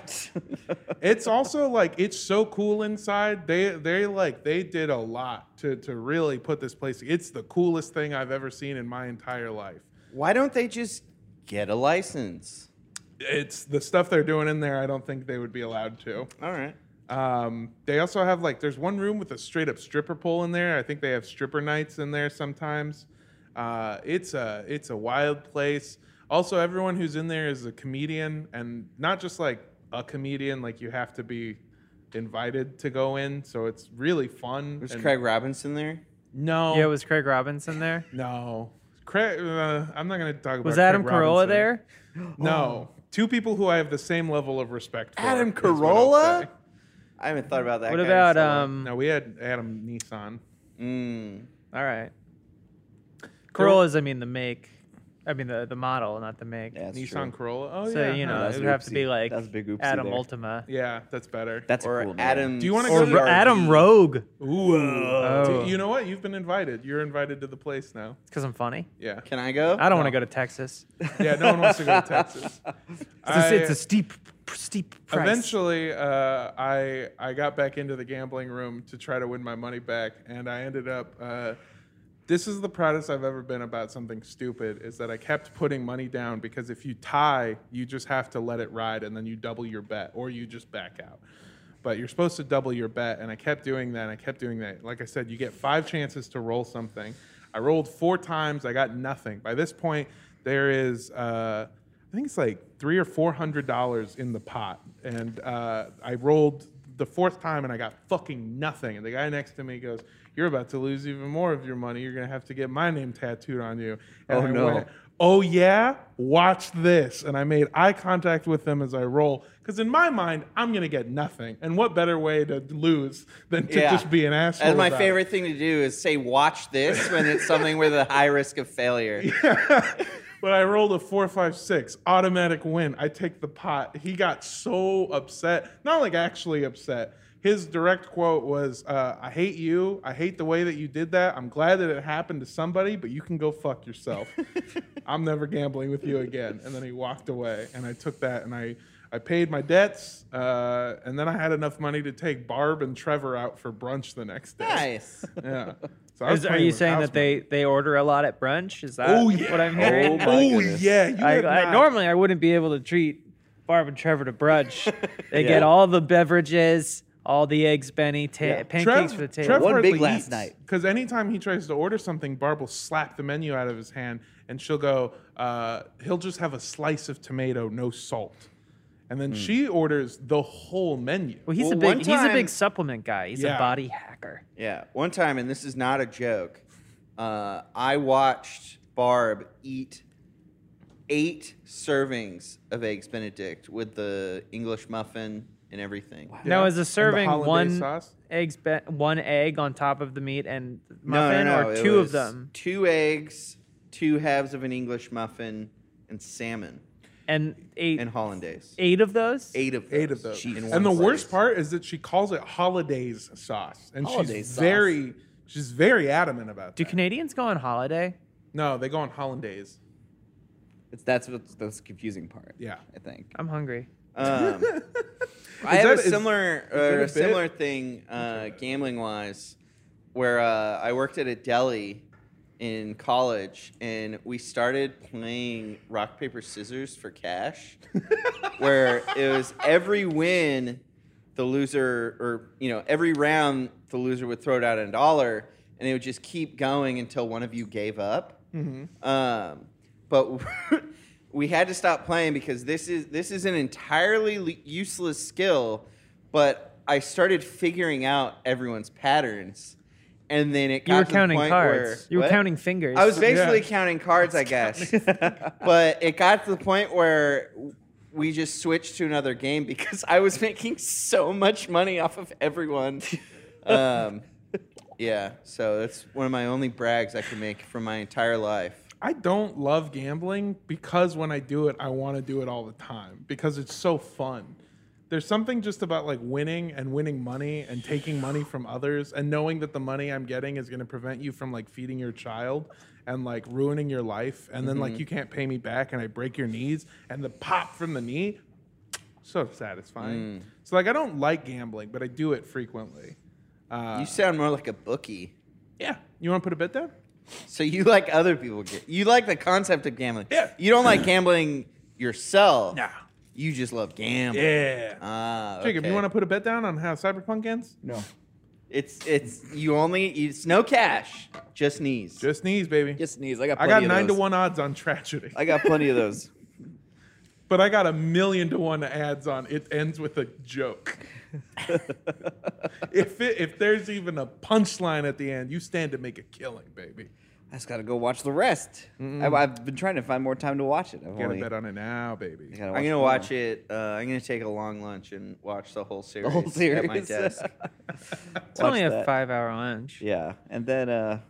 Speaker 1: it's also like it's so cool inside. They they like they did a lot to to really put this place. It's the coolest thing I've ever seen in my entire life.
Speaker 4: <laughs> Why don't they just get a license?
Speaker 1: It's the stuff they're doing in there I don't think they would be allowed to.
Speaker 4: All right.
Speaker 1: Um, they also have like there's one room with a straight up stripper pole in there. I think they have stripper nights in there sometimes. Uh, it's a it's a wild place. Also, everyone who's in there is a comedian, and not just like a comedian. Like you have to be invited to go in, so it's really fun.
Speaker 4: Was
Speaker 1: and-
Speaker 4: Craig Robinson there?
Speaker 1: No,
Speaker 3: Yeah, was Craig Robinson there?
Speaker 1: no. Craig, uh, I'm not gonna talk about.
Speaker 3: Was Adam
Speaker 1: Craig
Speaker 3: Carolla
Speaker 1: Robinson.
Speaker 3: there?
Speaker 1: No, two people who I have the same level of respect for.
Speaker 4: Adam
Speaker 1: is what I'll
Speaker 4: Carolla?
Speaker 1: say.
Speaker 4: I haven't thought about that.
Speaker 3: What
Speaker 4: guy in
Speaker 3: about
Speaker 4: so long.
Speaker 3: um?
Speaker 1: No, we had Adam Nissan.
Speaker 4: Mm.
Speaker 3: All right. Corolla's, I mean, the make. I mean, the, the model, not the make.
Speaker 2: Yeah, that's
Speaker 1: Nissan
Speaker 2: true.
Speaker 1: Corolla. Oh
Speaker 3: so,
Speaker 1: yeah,
Speaker 3: you
Speaker 1: huh.
Speaker 3: know,
Speaker 2: that's
Speaker 3: it
Speaker 2: an
Speaker 3: would have to
Speaker 2: oopsie.
Speaker 3: be like
Speaker 2: That's a big oopsie
Speaker 3: Adam
Speaker 2: there.
Speaker 3: Ultima.
Speaker 1: yeah, that's better.
Speaker 2: That's a
Speaker 4: or
Speaker 2: cool name.
Speaker 4: Adam?
Speaker 1: Do you wanna
Speaker 3: Or
Speaker 1: go to-
Speaker 4: CRD.
Speaker 3: Adam Rogue.
Speaker 1: Ooh,
Speaker 3: Oh.
Speaker 1: Do- you know what? You've been invited. You're invited to the place now.
Speaker 3: Because I'm funny.
Speaker 1: Yeah,
Speaker 4: Can I go?
Speaker 3: I don't want to go to Texas. It's,
Speaker 1: yeah. No one wants to go to
Speaker 3: <laughs>
Speaker 1: Texas.
Speaker 3: a, it's
Speaker 1: I-
Speaker 3: a steep, steep price.
Speaker 1: Eventually, uh, I I got back into the gambling room to try to win my money back, and I ended up. Uh, this is the proudest I've ever been about something stupid. Is that I kept putting money down because if you tie, you just have to let it ride, and then you double your bet, or you just back out. But you're supposed to double your bet, and I kept doing that. And I kept doing that. Like I said, you get five chances to roll something. I rolled four times. I got nothing. By this point, there is. Uh, I think it's like three or four hundred dollars in the pot, and uh, I rolled the fourth time and I got fucking nothing. And the guy next to me goes, "You're about to lose even more of your money. You're gonna have to get my name tattooed on you." And
Speaker 2: Oh,
Speaker 1: I
Speaker 2: no.
Speaker 1: oh yeah, watch this. And I made eye contact with them as I roll, because in my mind, I'm gonna get nothing. And what better way to lose than to
Speaker 4: Yeah.
Speaker 1: just be an asshole?
Speaker 4: That's my
Speaker 1: about it?
Speaker 4: favorite thing to do is say, "Watch this" when it's something with a high risk
Speaker 1: <laughs>
Speaker 4: of failure.
Speaker 1: but I rolled a four, five, six, automatic win. I take the pot. He got so upset, not like actually upset. His direct quote was, uh, "I hate you. I hate the way that you did that. I'm glad that it happened to somebody, but you can go fuck yourself. I'm never gambling with you again." And then he walked away, and I took that and I. I paid my debts, uh, and then I had enough money to take Barb and Trevor out for brunch the next day.
Speaker 4: Nice.
Speaker 1: Yeah. So I was
Speaker 3: Is- are
Speaker 1: playing
Speaker 3: you
Speaker 1: with
Speaker 3: saying
Speaker 1: house
Speaker 3: that they, they order a lot at brunch? Is that
Speaker 1: Oh, yeah.
Speaker 3: what I'm
Speaker 1: money.
Speaker 3: hearing?
Speaker 2: Oh, my
Speaker 1: Oh,
Speaker 2: goodness.
Speaker 1: yeah, you
Speaker 3: <laughs> I,
Speaker 1: had
Speaker 3: I,
Speaker 1: not-
Speaker 3: normally I wouldn't be able to treat Barb and Trevor to brunch. They get
Speaker 2: Yeah.
Speaker 3: all the beverages, all the eggs, Benny, ta-
Speaker 2: Yeah.
Speaker 3: pancakes for the table.
Speaker 2: One big last night.
Speaker 1: Because anytime he tries to order something, Barb will slap the menu out of his hand, and she'll go, uh, "He'll just have a slice of tomato, no salt." And
Speaker 2: Hmm.
Speaker 1: then she orders the whole menu.
Speaker 3: well, he's a
Speaker 2: Oh,
Speaker 4: Well,
Speaker 3: big
Speaker 4: one
Speaker 3: he's a
Speaker 4: time-
Speaker 3: big supplement guy. He's
Speaker 1: Yeah.
Speaker 3: a body hacker.
Speaker 4: Yeah, one time, and this is not a joke. Uh, I watched Barb eat eight servings of eggs Benedict with the English muffin and everything.
Speaker 3: Now
Speaker 1: Yeah.
Speaker 3: is
Speaker 1: And the
Speaker 3: a serving
Speaker 1: hollandaise
Speaker 3: one
Speaker 1: sauce?
Speaker 3: eggs be- one egg on top of the meat and
Speaker 4: No,
Speaker 3: muffin
Speaker 4: no, no,
Speaker 3: or
Speaker 4: it
Speaker 3: two of
Speaker 4: was
Speaker 3: them?
Speaker 4: Two eggs, two halves of an English muffin, and salmon.
Speaker 3: and eight,
Speaker 4: and hollandaise.
Speaker 3: eight of those.
Speaker 4: Eight of those.
Speaker 1: Eight of those.
Speaker 4: in one
Speaker 1: and the worst
Speaker 4: slice.
Speaker 1: part is that she calls it holidays sauce, and
Speaker 2: Holiday
Speaker 1: she's
Speaker 2: sauce.
Speaker 1: very she's very adamant about
Speaker 3: Do
Speaker 1: that.
Speaker 3: Canadians go on holiday?
Speaker 1: no, they go on hollandaise.
Speaker 2: It's, that's what's that's the confusing part.
Speaker 1: Yeah.
Speaker 2: I think.
Speaker 3: I'm hungry.
Speaker 1: <laughs>
Speaker 4: Um, I
Speaker 1: Is
Speaker 4: have
Speaker 1: that-
Speaker 4: a
Speaker 1: is-
Speaker 4: similar
Speaker 1: that a
Speaker 4: uh,
Speaker 1: bit?
Speaker 4: similar thing uh, gambling wise, where uh, I worked at a deli in college, and we started playing rock paper scissors
Speaker 1: <laughs>
Speaker 4: for cash, where it was every win, the loser, or you know, every round the loser would throw down a dollar, and it would just keep going until one of you gave up.
Speaker 3: Mm-hmm.
Speaker 4: Um, but <laughs> we had to stop playing because this is this is an entirely le- useless skill. But I started figuring out everyone's patterns, and then it got
Speaker 3: You were
Speaker 4: to the
Speaker 3: counting
Speaker 4: point
Speaker 3: cards.
Speaker 4: where-
Speaker 3: you were
Speaker 4: What?
Speaker 3: counting fingers.
Speaker 4: I was basically
Speaker 1: Yeah.
Speaker 4: counting
Speaker 1: <laughs>
Speaker 4: cards, I guess. but it got to the point where we just switched to another game because I was making so much money off of everyone. Um, yeah, so that's one of my only brags I can make for my entire life.
Speaker 1: I don't love gambling because when I do it, I want to do it all the time because it's so fun. There's something just about like winning and winning money and taking money from others and knowing that the money I'm getting is going to prevent you from like feeding your child and like ruining your life. And then like you can't pay me back and I break your knees and the pop from the knee. So satisfying. So like I don't like gambling, but I do it frequently. Uh,
Speaker 4: you sound more like a bookie.
Speaker 1: Yeah. You want to put a bet down?
Speaker 4: So you like other people get you like the concept of gambling.
Speaker 1: Yeah.
Speaker 4: You don't like gambling yourself.
Speaker 1: Nah. Uh,
Speaker 4: You just love gambling.
Speaker 1: Yeah.
Speaker 4: Ah,
Speaker 1: Jacob,
Speaker 4: okay.
Speaker 1: you want to put a bet down on how Cyberpunk ends?
Speaker 2: No.
Speaker 4: It's it's you only it's no cash, just knees.
Speaker 1: Just knees, baby.
Speaker 2: Just sneeze. I got.
Speaker 1: I
Speaker 2: Plenty
Speaker 1: got
Speaker 2: of
Speaker 1: nine to
Speaker 2: those.
Speaker 1: one odds on tragedy,
Speaker 2: I got plenty of those.
Speaker 1: but I got a million to one odds on it ends with a
Speaker 2: <laughs>
Speaker 1: joke. if it, if there's even a punchline at the end, you stand to make a killing, baby.
Speaker 2: I just gotta go watch the rest. I, I've been trying to find more time to watch it. I've
Speaker 1: Get a
Speaker 2: only,
Speaker 1: bet on it now, baby.
Speaker 2: I gotta
Speaker 4: <laughs> I'm gonna
Speaker 2: more.
Speaker 4: watch it. Uh, I'm gonna take a long lunch and watch the whole series.
Speaker 2: the whole series.
Speaker 4: At
Speaker 2: <laughs>
Speaker 4: my desk.
Speaker 3: It's only
Speaker 2: watch
Speaker 3: a
Speaker 2: that.
Speaker 3: five-hour lunch.
Speaker 2: Yeah, and then uh,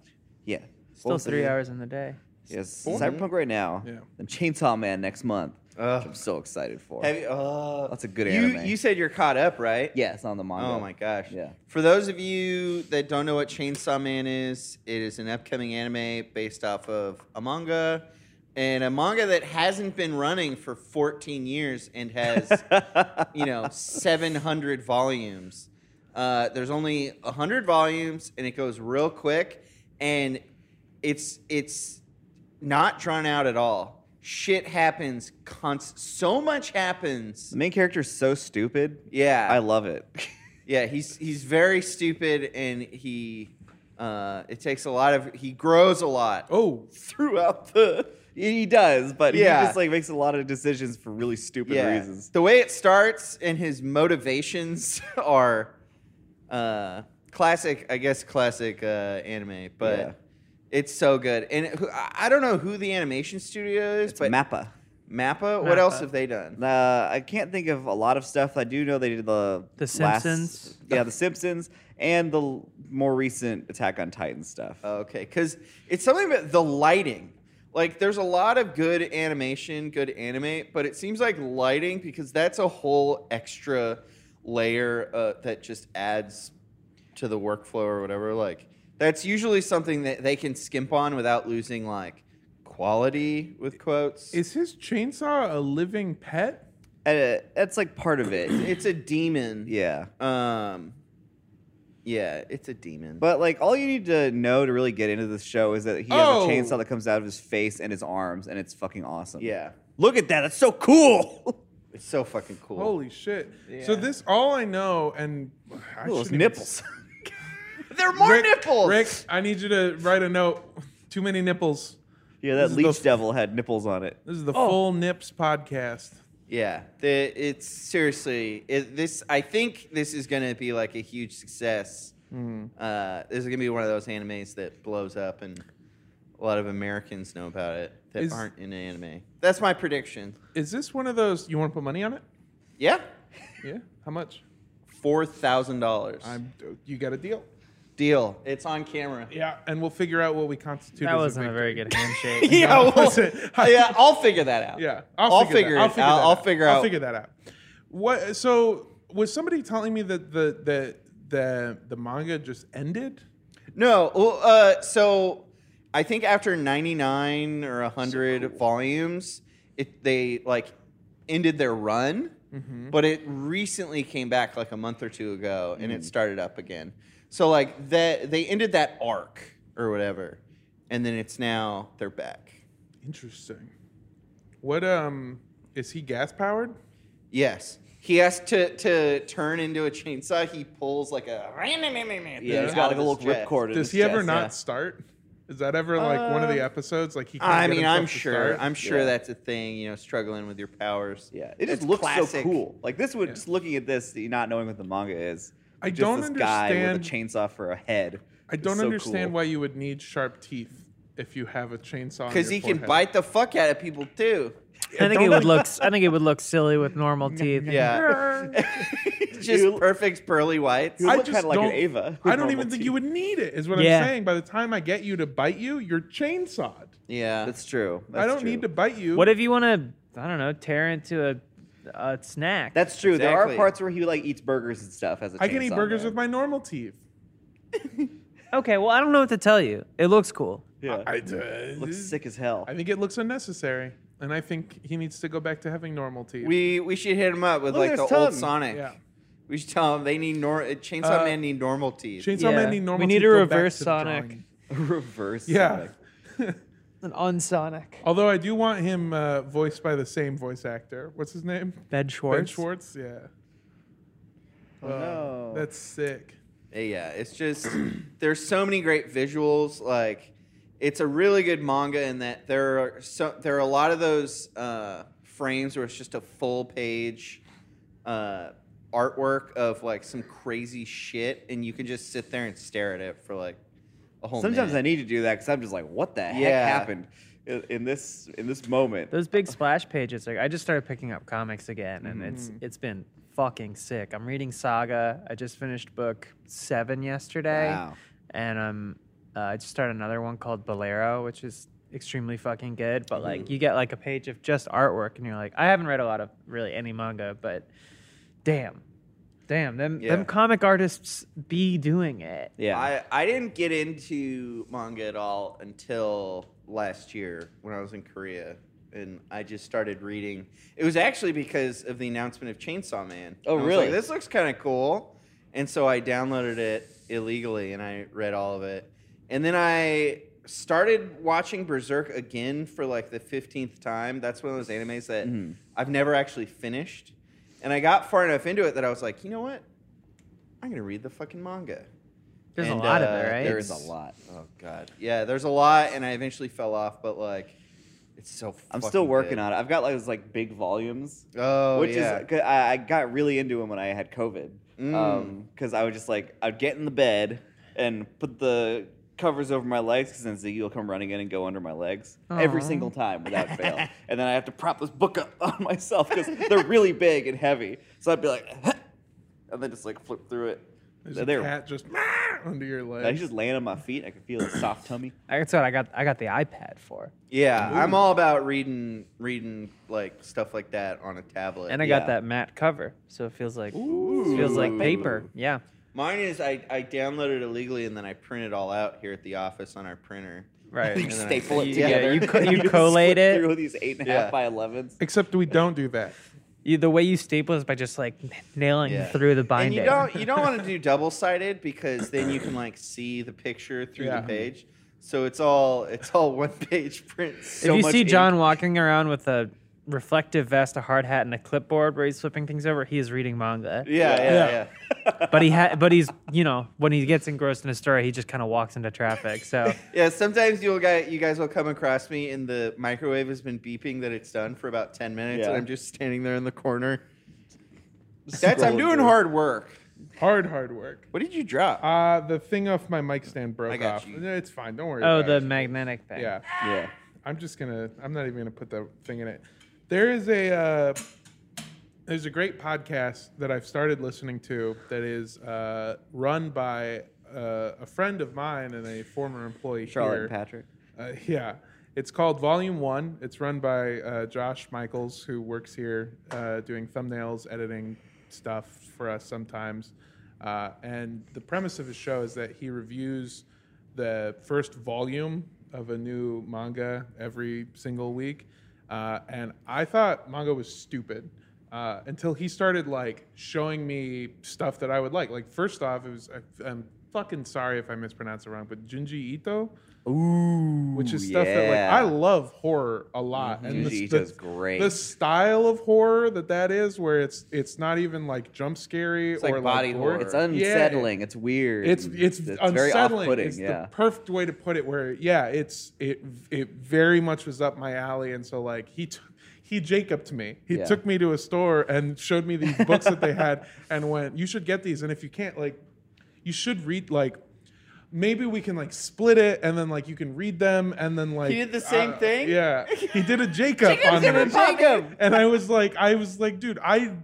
Speaker 2: yeah,
Speaker 3: Still
Speaker 2: Both of
Speaker 3: three
Speaker 2: you.
Speaker 3: hours in the day.
Speaker 2: Yes,
Speaker 4: Four.
Speaker 2: Cyberpunk right now.
Speaker 1: Yeah.
Speaker 2: Then Chainsaw Man next month, which
Speaker 4: Ugh.
Speaker 2: I'm so excited for.
Speaker 4: Have you- uh,
Speaker 2: That's a good
Speaker 4: you,
Speaker 2: anime.
Speaker 4: You said you're caught up, right?
Speaker 2: yeah, it's on the manga.
Speaker 4: Oh
Speaker 2: <laughs>
Speaker 4: my gosh.
Speaker 2: Yeah.
Speaker 4: For those of you that don't know what Chainsaw Man is, it is an upcoming anime based off of a manga. And a manga that hasn't been running for 14 years and
Speaker 2: <laughs>
Speaker 4: has, you know, 700 volumes. Uh, there's only 100 volumes, and it goes real quick. And it's it's not drawn out at all. Shit happens. Const- so much happens.
Speaker 2: The main character is so stupid.
Speaker 4: Yeah,
Speaker 2: I love
Speaker 4: <laughs>
Speaker 2: it.
Speaker 4: yeah, he's he's very stupid, and he uh, it takes a lot of he grows a lot.
Speaker 1: Oh,
Speaker 2: Throughout the, he does, but
Speaker 4: Yeah.
Speaker 2: he just like makes a lot of decisions for really stupid
Speaker 4: yeah,
Speaker 2: reasons.
Speaker 4: the way it starts and his motivations <laughs> are uh, classic, I guess, classic uh, anime, but.
Speaker 2: Yeah.
Speaker 4: It's so good, and who- I I don't know who the animation studio is,
Speaker 2: It's
Speaker 4: but
Speaker 2: Mappa.
Speaker 4: Mappa. What else
Speaker 3: Mappa.
Speaker 4: have they done?
Speaker 2: Uh, I can't think of a lot of stuff. I do know they did the
Speaker 3: The
Speaker 2: last-
Speaker 3: Simpsons.
Speaker 2: yeah, The Simpsons, and the l- more recent Attack on Titan stuff.
Speaker 1: Oh.
Speaker 4: Okay, because it's something about the lighting. Like, there's a lot of good animation, good anime, but it seems like lighting because that's a whole extra layer uh, that just adds to the workflow or whatever. Like, that's usually something that they can skimp on without losing like quality with quotes. It's,
Speaker 1: is his chainsaw a living pet?
Speaker 2: Uh, that's like part of it.
Speaker 4: it's a demon.
Speaker 2: yeah.
Speaker 4: Um. Yeah, it's a demon.
Speaker 2: But like, all you need to know to really get into this show is that he
Speaker 1: Oh.
Speaker 2: has a chainsaw that comes out of his face and his arms, and it's fucking awesome.
Speaker 4: yeah,
Speaker 2: Look at that. That's so cool.
Speaker 4: it's so fucking cool.
Speaker 1: Holy shit! So this all I know, and <laughs> I shouldn't
Speaker 2: Those
Speaker 1: even-
Speaker 2: nipples.
Speaker 4: They're more
Speaker 1: Rick,
Speaker 4: nipples.
Speaker 1: Rick, I need you to write a note. Too many nipples.
Speaker 2: <laughs> yeah, that
Speaker 1: This is the
Speaker 2: leech
Speaker 1: f-
Speaker 2: devil had nipples on it.
Speaker 1: This is the full nips podcast.
Speaker 4: Yeah, the, it's seriously it, this. I think this is going to be like a huge success. Uh, this is going to be one of those animes that blows up, and a lot of Americans know about it that
Speaker 1: Is-
Speaker 4: aren't in anime. That's my prediction.
Speaker 1: Is this one of those you want to put money on it?
Speaker 4: Yeah,
Speaker 1: Yeah. How much?
Speaker 4: four thousand dollars.
Speaker 1: I'm. You got a deal.
Speaker 2: Deal. It's on camera.
Speaker 1: Yeah, and we'll figure out what we constitute.
Speaker 3: That
Speaker 1: as
Speaker 3: wasn't a very
Speaker 1: victory.
Speaker 3: good
Speaker 4: <laughs>
Speaker 3: handshake.
Speaker 2: yeah,
Speaker 1: No,
Speaker 2: well,
Speaker 1: listen, I-
Speaker 2: yeah, I'll figure that out.
Speaker 1: Yeah,
Speaker 2: I'll
Speaker 1: that-
Speaker 2: figure it out. I'll figure
Speaker 1: I'll
Speaker 2: out.
Speaker 1: figure that out. What? So was somebody telling me that the the the the manga just ended?
Speaker 4: No, well, uh, so I think after 99 or 100 volumes, it they like ended their run,
Speaker 2: Mm-hmm.
Speaker 4: but it recently came back like a month or two ago and
Speaker 2: Mm.
Speaker 4: it started up again. So like that they ended that arc or whatever, and then it's now they're back.
Speaker 1: Interesting. What um is he gas powered?
Speaker 4: Yes. He has to, to turn into a chainsaw. He pulls like a yeah.
Speaker 2: Yeah, he's
Speaker 1: Yeah.
Speaker 2: got like a little ripcord. in
Speaker 1: Does
Speaker 2: his
Speaker 1: he ever
Speaker 2: chest,
Speaker 1: not
Speaker 2: yeah.
Speaker 1: start? Is that ever like one of
Speaker 3: Uh,
Speaker 1: the episodes? Like he. Can't
Speaker 4: I
Speaker 1: get
Speaker 4: mean,
Speaker 1: himself
Speaker 4: I'm
Speaker 1: to
Speaker 4: sure.
Speaker 1: start?
Speaker 4: I'm sure
Speaker 2: Yeah.
Speaker 4: that's a thing. You know, struggling with your powers.
Speaker 2: Yeah, it
Speaker 4: It's
Speaker 2: just looks so
Speaker 4: classic.
Speaker 2: cool. Like this would just looking at this, you not knowing what the manga is.
Speaker 1: I
Speaker 2: just
Speaker 1: don't
Speaker 2: this guy with a
Speaker 1: understand-
Speaker 2: chainsaw for a head.
Speaker 1: I don't understand why you would need sharp teeth if you have a chainsaw. on
Speaker 4: Because
Speaker 1: your
Speaker 4: he can
Speaker 1: forehead.
Speaker 4: bite the fuck out of people too.
Speaker 3: I think it would look. I think it would look silly with
Speaker 4: <laughs>
Speaker 3: normal teeth.
Speaker 4: Yeah. Just
Speaker 2: You-
Speaker 4: perfect pearly whites.
Speaker 2: You
Speaker 1: I
Speaker 2: look
Speaker 1: just
Speaker 2: kinda like an
Speaker 1: don't-
Speaker 2: Ava with
Speaker 1: I don't
Speaker 2: normal
Speaker 1: even think
Speaker 2: teeth.
Speaker 1: you would need it. Is what
Speaker 3: Yeah.
Speaker 1: I'm saying. By the time I get you to bite you, you're chainsawed.
Speaker 4: Yeah.
Speaker 2: That's true.
Speaker 1: I don't need to bite you.
Speaker 3: <laughs> What if you want to? I don't know. Tear into a, a snack.
Speaker 2: That's true. There are
Speaker 4: Exactly.
Speaker 2: parts where he like eats burgers and stuff as a
Speaker 1: I can eat
Speaker 2: chainsaw
Speaker 1: burgers
Speaker 2: man.
Speaker 1: with my normal teeth.
Speaker 3: okay. Well, I don't know what to tell you. It looks cool.
Speaker 2: Yeah,
Speaker 1: I, uh,
Speaker 2: looks sick as hell.
Speaker 1: I think it looks unnecessary, and I think he needs to go back to having normal teeth.
Speaker 4: We we should hit him up with
Speaker 2: Look,
Speaker 4: like the
Speaker 2: there's
Speaker 4: old
Speaker 2: Tom.
Speaker 4: Sonic.
Speaker 1: Yeah.
Speaker 4: We should tell him they need nor uh, Chainsaw
Speaker 1: Uh,
Speaker 4: Man need normal teeth.
Speaker 1: Chainsaw
Speaker 3: Yeah.
Speaker 1: Man need normal.
Speaker 3: We need
Speaker 1: teeth,
Speaker 3: a
Speaker 1: go back
Speaker 3: reverse
Speaker 1: to the drawing.
Speaker 3: Sonic.
Speaker 2: <laughs> Reverse.
Speaker 1: Yeah. <laughs>
Speaker 3: An unsonic.
Speaker 1: Although I do want him uh, voiced by the same voice actor. What's his name?
Speaker 3: Ben Schwartz.
Speaker 1: Ben Schwartz. Yeah. Oh,
Speaker 2: no.
Speaker 1: That's sick.
Speaker 4: Uh, Yeah, it's just there's so many great visuals. Like, it's a really good manga in that there are so there are a lot of those uh, frames where it's just a full page uh, artwork of like some crazy shit, and you can just sit there and stare at it for like a whole.
Speaker 2: Sometimes I
Speaker 4: minute.
Speaker 2: need to do that because I'm just like, what the heck
Speaker 4: oh, Yeah.
Speaker 2: happened in, in this in this moment?
Speaker 3: Those big splash pages. Like I just started picking up comics again, and it's it's been fucking sick. I'm reading Saga. I just finished book seven yesterday,
Speaker 2: Wow.
Speaker 3: and um, uh, I just started another one called Bolero, which is extremely fucking good. But like you get like a page of just artwork, and you're like, I haven't read a lot of really any manga, but damn, damn them
Speaker 4: Yeah.
Speaker 3: them comic artists be doing it.
Speaker 2: Yeah.
Speaker 4: I, I didn't get into manga at all until last year when I was in Korea. And I just started reading. It was actually because of the announcement of Chainsaw Man.
Speaker 2: Oh,
Speaker 4: I was
Speaker 2: really?
Speaker 4: Like, this looks kind of cool. And so I downloaded it illegally and I read all of it. And then I started watching Berserk again for like the 15th time. That's one of those animes that
Speaker 2: Mm-hmm.
Speaker 4: I've never actually finished. And I got far enough into it that I was like, you know what? I'm going to read the fucking manga.
Speaker 3: There's
Speaker 4: And,
Speaker 3: a lot of
Speaker 4: uh,
Speaker 3: it, right?
Speaker 2: there is a
Speaker 4: it's-
Speaker 2: lot.
Speaker 4: Oh god. Yeah, there's a lot, and I eventually fell off, but like, it's so.
Speaker 2: I'm still working on it. I've got like those like big volumes.
Speaker 4: Oh
Speaker 2: which
Speaker 4: yeah.
Speaker 2: is 'cause I, I got really into them when I had COVID because
Speaker 4: Mm.
Speaker 2: I would just like I'd get in the bed and put the covers over my legs because then Ziggy will come running in and go under my legs every
Speaker 3: Aw.
Speaker 2: single time without
Speaker 4: <laughs>
Speaker 2: fail, and then I have to prop this book up <laughs> on myself because they're really big and heavy. So I'd be like, <laughs> and then just like flip through it.
Speaker 1: There's
Speaker 2: They're-
Speaker 1: a cat just <laughs> "Meow" under your
Speaker 2: I was
Speaker 1: leg.
Speaker 2: just laying on my feet. I could feel the soft tummy.
Speaker 3: That's what I got. I got the iPad for.
Speaker 4: yeah, I'm all about reading, reading like stuff like that on a tablet.
Speaker 3: And I
Speaker 2: Yeah.
Speaker 3: got that matte cover, so it feels like feels like paper. Yeah.
Speaker 4: Mine is I, I downloaded illegally, and then I print it all out here at the office on our printer.
Speaker 2: You
Speaker 3: Right.
Speaker 4: then I-
Speaker 2: staple
Speaker 4: <laughs>
Speaker 2: it <laughs>
Speaker 3: yeah,
Speaker 2: together.
Speaker 3: you co-
Speaker 2: and
Speaker 3: you
Speaker 2: just
Speaker 3: collate
Speaker 2: flip
Speaker 3: it.
Speaker 2: through these eight and a half
Speaker 4: Yeah.
Speaker 2: by elevens.
Speaker 1: Except we don't do that.
Speaker 3: You, the way you staple is by just like <laughs> nailing
Speaker 4: Yeah.
Speaker 3: through the
Speaker 4: And
Speaker 3: binding.
Speaker 4: you don't you don't want to do double sided because then you can like see the picture through
Speaker 1: Yeah.
Speaker 4: the page. So it's all it's all <laughs> one page prints.
Speaker 3: if you see John walking around with a reflective vest, a hard hat, and a clipboard where he's flipping things over, he is reading manga.
Speaker 4: yeah, yeah,
Speaker 1: Yeah.
Speaker 4: yeah.
Speaker 3: But he ha- but he's you know when he gets engrossed in a story, he just kind of walks into traffic.
Speaker 4: <laughs>
Speaker 3: So
Speaker 4: Yeah, sometimes you'll guys, you guys will come across me and the microwave has been beeping that it's done for about 10 minutes
Speaker 2: Yeah.
Speaker 4: and I'm just standing there in the corner. That's I'm
Speaker 2: scrolling
Speaker 4: doing
Speaker 2: through.
Speaker 4: hard work.
Speaker 1: Hard, hard work.
Speaker 4: What did you drop?
Speaker 1: Uh, the thing off my mic stand broke
Speaker 4: I got
Speaker 1: off.
Speaker 4: you.
Speaker 1: It's fine. Don't worry.
Speaker 3: oh,
Speaker 1: about
Speaker 3: the
Speaker 1: it.
Speaker 3: magnetic thing.
Speaker 1: yeah.
Speaker 2: Yeah.
Speaker 1: I'm just gonna. I'm not even gonna put that thing in it. There is a. Uh, there's a great podcast that I've started listening to that is uh, run by uh, a friend of mine and a former employee
Speaker 2: Charlotte
Speaker 1: here.
Speaker 2: and Patrick.
Speaker 1: Uh, <laughs> yeah. It's called Volume One. It's run by uh, Josh Michaels, who works here uh, doing thumbnails, editing stuff for us sometimes. Uh, and the premise of his show is that he reviews the first volume of a new manga every single week. Uh, and I thought manga was stupid uh, until he started like showing me stuff that I would like. Like, first off, it was, I, I'm fucking sorry if I mispronounce it wrong, but Junji Ito?
Speaker 2: Ooh, Mm-hmm.
Speaker 1: which is stuff that like I love horror a lot.
Speaker 2: Junji
Speaker 1: the,
Speaker 2: Ito's
Speaker 1: the-
Speaker 2: great.
Speaker 1: The style of horror that that is, where it's it's not even like jump scary
Speaker 4: like
Speaker 1: or
Speaker 4: body
Speaker 1: gore.
Speaker 4: horror.
Speaker 2: It's
Speaker 1: Yeah,
Speaker 2: unsettling. it's weird.
Speaker 1: it's
Speaker 2: and
Speaker 1: it's,
Speaker 2: very
Speaker 1: unsettling.
Speaker 2: off-putting.
Speaker 1: it's
Speaker 2: yeah.
Speaker 1: the perfect way to put it. Where yeah, it's it it very much was up my alley, and so like he. T- he Jacobed me. He
Speaker 2: Yeah.
Speaker 1: took me to a store and showed me these books
Speaker 2: <laughs>
Speaker 1: that they had and went, "You should get these and if you can't like you should read like maybe we can like split it and then like you can read them and then like uh,
Speaker 4: did the same thing?
Speaker 1: Yeah. He did a Jacob on me.
Speaker 2: Jacob.
Speaker 1: And I was like I was like, "Dude, I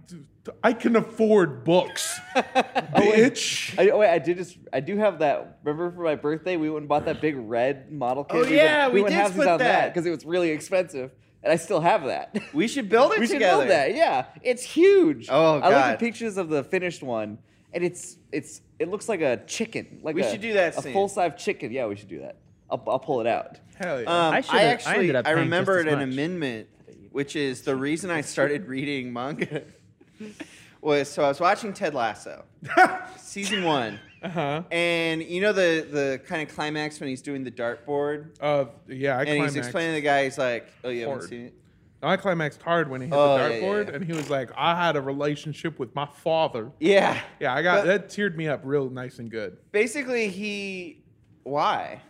Speaker 1: I can afford
Speaker 2: <laughs>
Speaker 1: books." bitch.
Speaker 2: I, oh wait, I did just I do have that. Remember for my birthday, we went and bought that big red model kit.
Speaker 4: Oh, yeah, we did
Speaker 2: halfsies
Speaker 4: split that.
Speaker 2: because it was really expensive, and I still have that.
Speaker 4: <laughs> We should build it
Speaker 2: we should
Speaker 4: together.
Speaker 2: build that. Yeah, it's huge. I
Speaker 4: Oh,
Speaker 2: looked
Speaker 4: God.
Speaker 2: at pictures of the finished one, and it's it's it looks like a chicken. Like
Speaker 4: We
Speaker 2: a-
Speaker 4: should do that
Speaker 2: A
Speaker 4: scene.
Speaker 2: full size chicken. Yeah, we should do that. I'll, I'll pull it out.
Speaker 1: Hell yeah.
Speaker 2: Uh,
Speaker 4: Um,
Speaker 3: I
Speaker 4: I,
Speaker 3: should've- I ended
Speaker 4: actually I,
Speaker 3: up paying just
Speaker 4: remembered
Speaker 3: as
Speaker 4: an
Speaker 3: much.
Speaker 4: amendment, which is
Speaker 2: <laughs>
Speaker 4: the reason I started reading manga. <laughs> was so I was watching Ted Lasso, season one,
Speaker 1: uh-huh.
Speaker 4: and you know the the kind of climax when he's doing the dartboard,
Speaker 1: Uh, yeah, I
Speaker 4: and
Speaker 1: climaxed.
Speaker 4: he's explaining to the guy, he's like, "Oh, you haven't
Speaker 1: Hard.
Speaker 4: seen it."
Speaker 1: I climaxed hard when he hit
Speaker 4: Oh,
Speaker 1: the
Speaker 4: yeah,
Speaker 1: dartboard,
Speaker 4: yeah, yeah.
Speaker 1: and he was like, "I had a relationship with my father."
Speaker 4: Yeah,
Speaker 1: Yeah, I got
Speaker 4: But-
Speaker 1: that teared me up real nice and good.
Speaker 4: Basically, he why?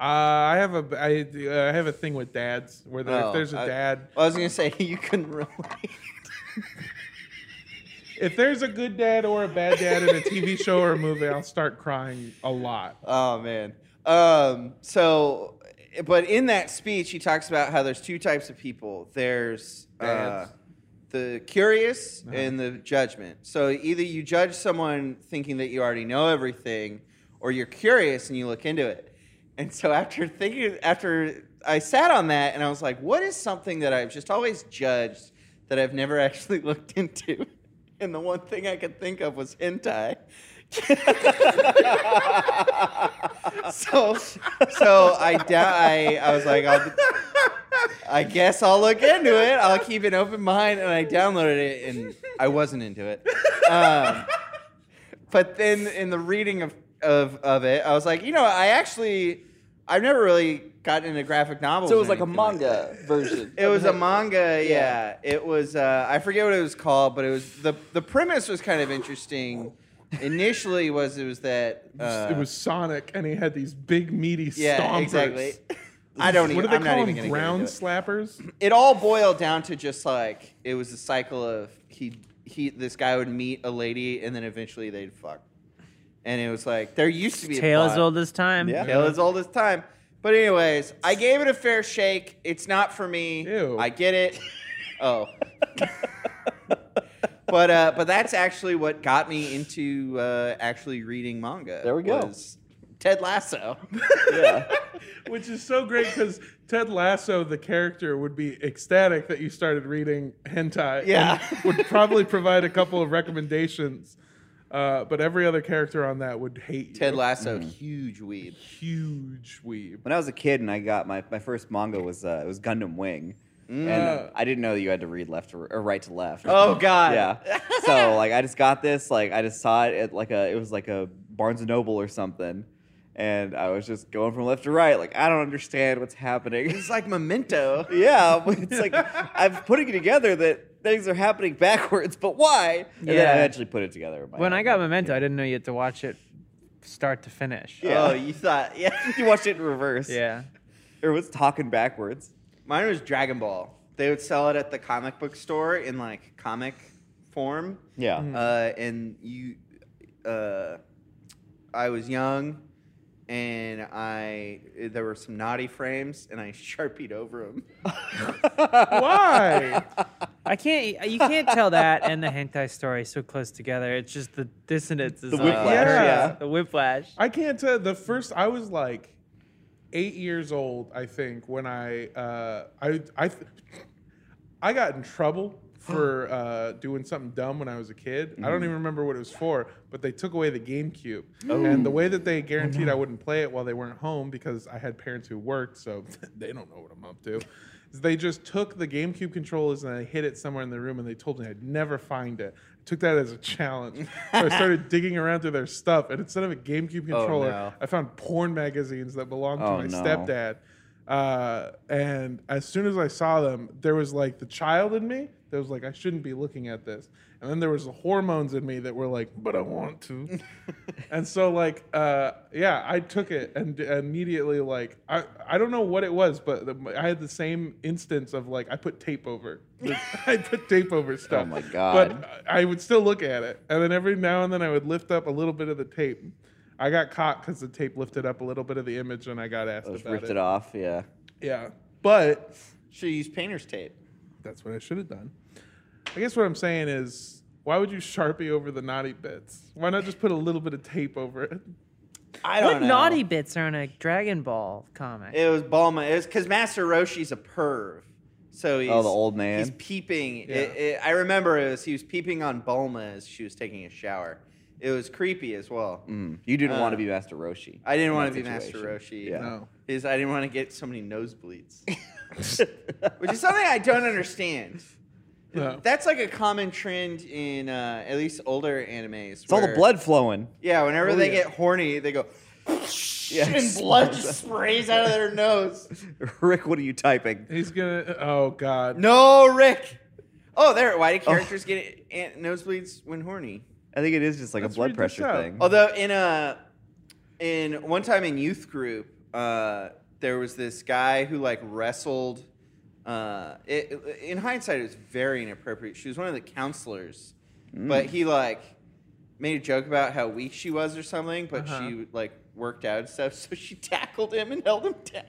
Speaker 1: Uh, I have a I, uh, I have a thing with dads where the,
Speaker 4: Oh,
Speaker 1: if there's a
Speaker 4: I-
Speaker 1: dad,
Speaker 4: well, I was gonna say <laughs> you couldn't relate. <laughs>
Speaker 1: if there's a good dad or a bad dad in a
Speaker 4: <laughs>
Speaker 1: TV show or a movie, I'll start crying a lot.
Speaker 4: Oh man. Um, so, but in that speech, he talks about how there's two types of people. There's uh,
Speaker 1: Dads.
Speaker 4: the curious and the judgment. So either you judge someone thinking that you already know everything, or you're curious and you look into it. And so after thinking, after I sat on that, and I was like, what is something that I've just always judged that I've never <laughs> actually looked into? And the one thing I could think of was hentai. so, so I, da- I, I was like, I'll, I guess I'll look into it. I'll keep an open mind, and I downloaded it, and I wasn't into it. Um, but then in the reading of, of of it, I was like, you know, I actually, I've never really gotten into graphic novels.
Speaker 2: So it
Speaker 4: or
Speaker 2: was like a
Speaker 4: anything that.
Speaker 2: manga version.
Speaker 4: It was a manga, yeah. It was uh, I forget what it was called, but it was the the premise was kind of interesting. Initially, was it was that uh,
Speaker 1: it was Sonic, and he had these big meaty
Speaker 4: yeah
Speaker 1: stompers. <laughs>
Speaker 4: exactly. I don't even.
Speaker 1: What do they
Speaker 4: I'm not
Speaker 1: call
Speaker 4: even
Speaker 1: them?
Speaker 4: gonna get
Speaker 1: Ground
Speaker 4: into it.
Speaker 1: slappers.
Speaker 4: it all boiled down to just like it was a cycle of he he this guy would meet a lady and then eventually they'd fuck, and it was like there used to be
Speaker 3: Tale
Speaker 4: a
Speaker 3: as
Speaker 4: plot.
Speaker 3: old as time.
Speaker 2: Yeah.
Speaker 4: Hell is old as time. But anyways, I gave it a fair shake. It's not for me.
Speaker 1: Ew.
Speaker 4: I get it. Oh. <laughs> but uh, but that's actually what got me into uh, actually reading manga.
Speaker 2: There we go.
Speaker 4: was Ted Lasso.
Speaker 2: yeah.
Speaker 1: Which is so great because Ted Lasso, the character, would be ecstatic that you started reading hentai. and
Speaker 4: Yeah.
Speaker 1: <laughs> would
Speaker 4: <laughs>
Speaker 1: probably provide a couple of recommendations. Uh, but every other character on that would hate you.
Speaker 4: Ted Lasso,
Speaker 2: Mm-hmm.
Speaker 4: huge weeb.
Speaker 1: Huge weeb.
Speaker 2: When I was a kid and I got my, my first manga was uh, it was Gundam Wing,
Speaker 3: Mm.
Speaker 2: and I didn't know that you had to read left to, or right to left.
Speaker 4: Oh god.
Speaker 2: yeah.
Speaker 3: <laughs>
Speaker 2: So like I just got this, like I just saw it at like a it was like a Barnes and Noble or something. And I was just going from left to right, like I don't understand what's happening. <laughs>
Speaker 4: It's like memento.
Speaker 2: yeah, but it's like I'm putting it together that things are happening backwards, but why? And then
Speaker 3: Yeah.
Speaker 2: I eventually put it together. in my
Speaker 3: When
Speaker 2: head.
Speaker 3: I got Memento, I didn't know you had to watch it start to finish.
Speaker 2: <laughs> Yeah.
Speaker 4: Oh, you thought yeah.
Speaker 2: <laughs> <laughs> you watched it in reverse.
Speaker 3: Yeah.
Speaker 2: Or was talking backwards.
Speaker 4: Mine was Dragon Ball. They would sell it at the comic book store in like comic form.
Speaker 2: Yeah.
Speaker 3: Mm.
Speaker 4: Uh, and you, uh, I was young, and I there were <laughs> <laughs> some naughty frames, and I sharpied over them.
Speaker 1: Why?
Speaker 3: I can't. You can't tell that and the hentai story so close together. It's just the dissonance is
Speaker 2: The
Speaker 3: all
Speaker 2: whiplash,
Speaker 3: there.
Speaker 1: yeah.
Speaker 3: the whiplash.
Speaker 1: I can't tell. The first, I was like eight years old, I think, when I uh, I I th- I got in trouble for uh, doing something dumb when I was a kid. I don't even remember what it was for, but they took away the GameCube, and the way that they guaranteed I wouldn't play it while they weren't home because I had parents who worked, so <laughs> they don't know what I'm up to. is They just took the GameCube controllers and I hid it somewhere in the room, and they told me I'd never find it. I took that as a challenge. so I started digging around through their stuff, and instead of a GameCube controller,
Speaker 4: no.
Speaker 1: I found porn magazines that belonged
Speaker 2: Oh,
Speaker 1: to my
Speaker 2: no.
Speaker 1: stepdad. Uh, and as soon as I saw them, there was like the child in me that was like, I shouldn't be looking at this. And then there was the hormones in me that were like, but I want
Speaker 2: <laughs>
Speaker 1: to. and so like, uh, yeah, I took it and d- immediately like, I, I don't know what it was, but the, I had the same instance of like, I put tape over, <laughs> I put tape over stuff.
Speaker 2: Oh my
Speaker 1: But
Speaker 2: God.
Speaker 1: I would still look at it, and then every now and then I would lift up a little bit of the tape. I got caught because the tape lifted up a little bit of the image, and I got asked
Speaker 2: Just
Speaker 1: about
Speaker 2: ripped
Speaker 1: it.
Speaker 2: it off. Yeah.
Speaker 1: Yeah, but
Speaker 4: Should use painter's tape.
Speaker 1: that's what I should have done. I guess what I'm saying is, why would you sharpie over the naughty bits? Why not just put a little bit of tape over
Speaker 4: <laughs>
Speaker 1: it?
Speaker 4: I don't
Speaker 3: What
Speaker 4: know.
Speaker 3: naughty bits are in a Dragon Ball comic?
Speaker 4: It was Balma. It was because Master Roshi's a perv. So he's,
Speaker 2: Oh, the old man.
Speaker 4: He's peeping.
Speaker 1: Yeah.
Speaker 4: It, it, I remember it was he was peeping on Bulma as she was taking a shower. It was creepy as well.
Speaker 2: Mm. You didn't want to
Speaker 4: Uh,
Speaker 2: be Master Roshi.
Speaker 4: I didn't
Speaker 2: in
Speaker 4: want
Speaker 2: that
Speaker 4: to be Master Roshi.
Speaker 2: situation. Yeah.
Speaker 1: No.
Speaker 4: Is I didn't want to get so many
Speaker 2: <laughs>
Speaker 4: nosebleeds, which is something I don't understand.
Speaker 1: No.
Speaker 4: That's like a common trend in uh, at least older animes.
Speaker 2: It's all the
Speaker 4: where-
Speaker 2: blood flowing. <laughs>
Speaker 4: Yeah, whenever
Speaker 1: Oh,
Speaker 4: they
Speaker 1: yeah.
Speaker 4: get horny, they go
Speaker 2: Yeah,
Speaker 4: <laughs> and blood just sprays out of their nose.
Speaker 2: Rick, what are you typing?
Speaker 1: He's gonna. Oh God.
Speaker 4: No, Rick. Oh, there. Why do characters get an- nosebleeds when horny?
Speaker 2: I think it is just like
Speaker 1: Let's
Speaker 2: a blood
Speaker 1: read this
Speaker 2: pressure
Speaker 1: out.
Speaker 2: thing.
Speaker 4: Although in a in one time in youth group, uh, there was this guy who like wrestled. Uh, it, in hindsight, it was very inappropriate. She was one of the counselors, but he like made a joke about how weak she was or something. But she like worked out and stuff, so she <laughs> tackled him and held him down,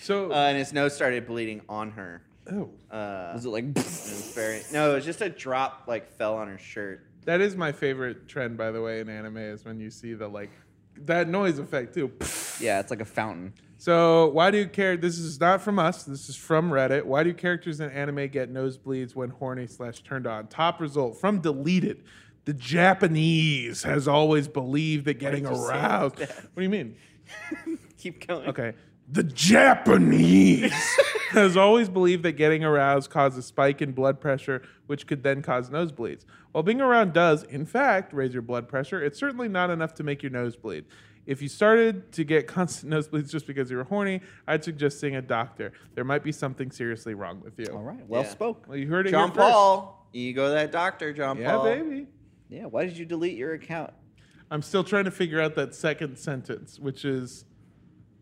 Speaker 1: So.
Speaker 4: uh, and his nose started bleeding on her.
Speaker 1: oh.
Speaker 4: Uh,
Speaker 2: Was it like? <laughs>
Speaker 4: It was very no. It was just a drop like fell on her shirt.
Speaker 1: That is my favorite trend, by the way, in anime is when you see the like that noise effect too.
Speaker 2: yeah, it's like a fountain.
Speaker 1: So why do you care? This is not from us. This is from Reddit. Why do characters in anime get nosebleeds when horny slash turned on? Top result from deleted. The Japanese has always believed that getting
Speaker 4: you say
Speaker 1: aroused. What do you mean?
Speaker 4: Keep going.
Speaker 1: Okay. The
Speaker 4: <laughs>
Speaker 1: Japanese has always believed that getting aroused causes spike in blood pressure, which could then cause nosebleeds. While being around does, in fact, raise your blood pressure, it's certainly not enough to make your nose bleed. If you started to get <laughs> constant nosebleeds just because you were horny, I'd suggest seeing a doctor. There might be something seriously wrong with you.
Speaker 2: All right, well
Speaker 4: Yeah.
Speaker 2: spoke.
Speaker 1: Well, you heard it
Speaker 4: John
Speaker 1: here first.
Speaker 4: Paul. You go to that doctor, John
Speaker 1: Yeah,
Speaker 4: Paul.
Speaker 1: baby.
Speaker 2: Yeah, why did you delete your account?
Speaker 1: I'm still trying to figure out that second sentence, which is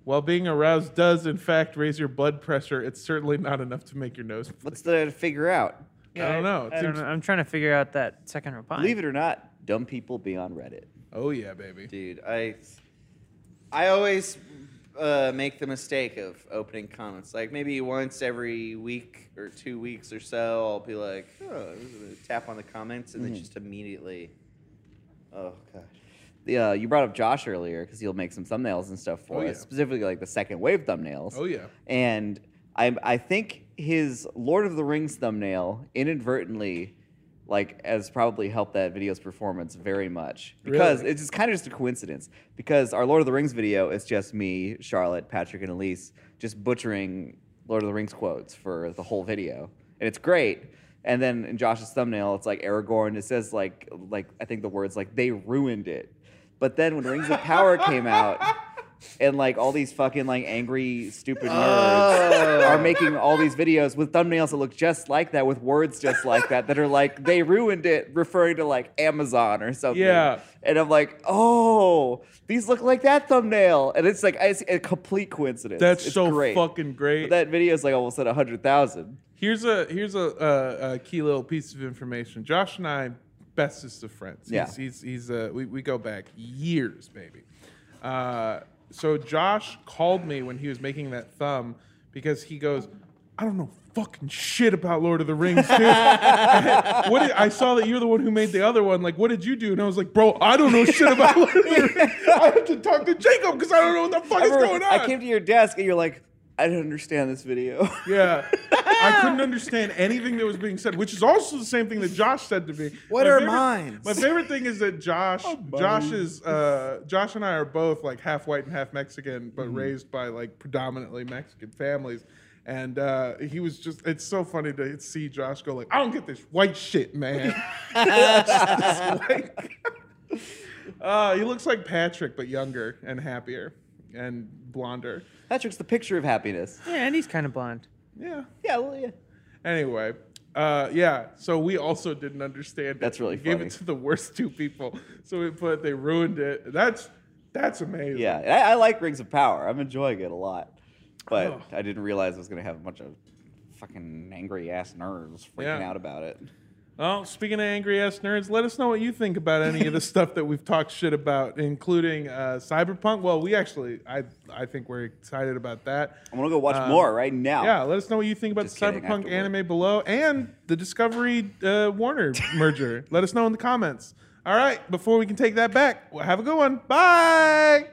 Speaker 1: while being aroused does, in fact, raise your blood pressure, it's certainly not enough to make your nose.
Speaker 2: What's there to uh, figure out?
Speaker 1: I don't know. It
Speaker 3: I,
Speaker 1: seems-
Speaker 3: am trying to figure out that second reply.
Speaker 2: Believe it or not, dumb people be on Reddit.
Speaker 1: Oh, yeah, baby.
Speaker 4: Dude, I I always uh, make the mistake of opening comments. Like maybe once every week or two weeks or so, I'll be like, oh, tap on the comments, and then just immediately. Oh gosh.
Speaker 2: Yeah, uh, you brought up Josh earlier because he'll make some thumbnails and stuff for
Speaker 1: Oh,
Speaker 2: us,
Speaker 1: yeah.
Speaker 2: specifically like the second wave thumbnails.
Speaker 1: Oh, yeah.
Speaker 2: And I, I think his Lord of the Rings thumbnail inadvertently, like, has probably helped that video's performance very much because
Speaker 1: Really?
Speaker 2: it's just kind of just a coincidence. Because our Lord of the Rings video is just me, Charlotte, Patrick, and Elise just butchering Lord of the Rings quotes for the whole video, and it's great. And then in Josh's thumbnail, it's like Aragorn. It says like like I think the words like they ruined it. But then when Rings of Power came out, and like all these fucking like angry stupid nerds
Speaker 1: Oh.
Speaker 2: are making all these videos with thumbnails that look just like that, with words just like that, that are like they ruined it, referring to like Amazon or something.
Speaker 1: Yeah.
Speaker 2: And I'm like, oh, these look like that thumbnail, and it's like it's a complete coincidence.
Speaker 1: That's
Speaker 2: It's
Speaker 1: so
Speaker 2: great.
Speaker 1: fucking great.
Speaker 2: But that video is like almost at hundred thousand.
Speaker 1: here's a here's a, uh a key little piece of information. Josh and I, bestest of friends.
Speaker 2: Yeah.
Speaker 1: He's he's, he's uh, we we go back years, baby. Uh, so Josh called me when he was making that thumb because he goes, I don't know fucking shit about Lord of the Rings,
Speaker 2: <laughs>
Speaker 1: dude. <laughs> what did, I saw that you're the one who made the other one. Like, what did you do? And I was like, bro, I don't know shit about Lord of the Rings. I have to talk to Jacob because I don't know what the fuck
Speaker 2: I,
Speaker 1: is
Speaker 2: remember
Speaker 1: going on.
Speaker 2: I came to your desk and you're like, I don't understand this video.
Speaker 1: Yeah.
Speaker 6: <laughs>
Speaker 1: I couldn't understand anything that was being said, which is also the same thing that Josh said to me.
Speaker 6: What
Speaker 1: My
Speaker 6: are
Speaker 1: favorite-
Speaker 6: mines?
Speaker 1: My favorite thing is that Josh, Josh is, uh, Josh and I are both like half white and half Mexican, but raised by like predominantly Mexican families. And uh, he was just—it's so funny to see Josh go like, "I don't get this white
Speaker 6: <laughs>
Speaker 1: shit, man." <laughs> Just like- uh, he looks like Patrick, but younger and happier and blonder.
Speaker 2: Patrick's the picture of happiness.
Speaker 3: Yeah, and he's kind of blonde.
Speaker 1: Yeah.
Speaker 2: Yeah, well, yeah.
Speaker 1: Anyway, uh, yeah. So we also didn't understand.
Speaker 2: That's
Speaker 1: it.
Speaker 2: really
Speaker 1: we gave
Speaker 2: funny.
Speaker 1: it to the worst two people. So we put they ruined it. That's that's amazing.
Speaker 2: Yeah, and I, I like Rings of Power. I'm enjoying it a lot, but
Speaker 1: Oh.
Speaker 2: I didn't realize I was gonna have a bunch of fucking angry ass nerds freaking
Speaker 1: Yeah.
Speaker 2: out about it.
Speaker 1: Well, speaking of angry ass nerds, let us know what you think about any of
Speaker 2: <laughs>
Speaker 1: the stuff that we've talked shit about, including uh, Cyberpunk. Well, we actually, I I think we're excited about that.
Speaker 2: I'm gonna go watch
Speaker 1: Um,
Speaker 2: more right now.
Speaker 1: Yeah, let us know what you think about
Speaker 2: Just
Speaker 1: the
Speaker 2: kidding, I have
Speaker 1: Cyberpunk
Speaker 2: to work.
Speaker 1: anime below and the Discovery uh,
Speaker 2: <laughs>
Speaker 1: Warner merger. let us know in the comments. All right, before we can take that back, well, have a good one. Bye.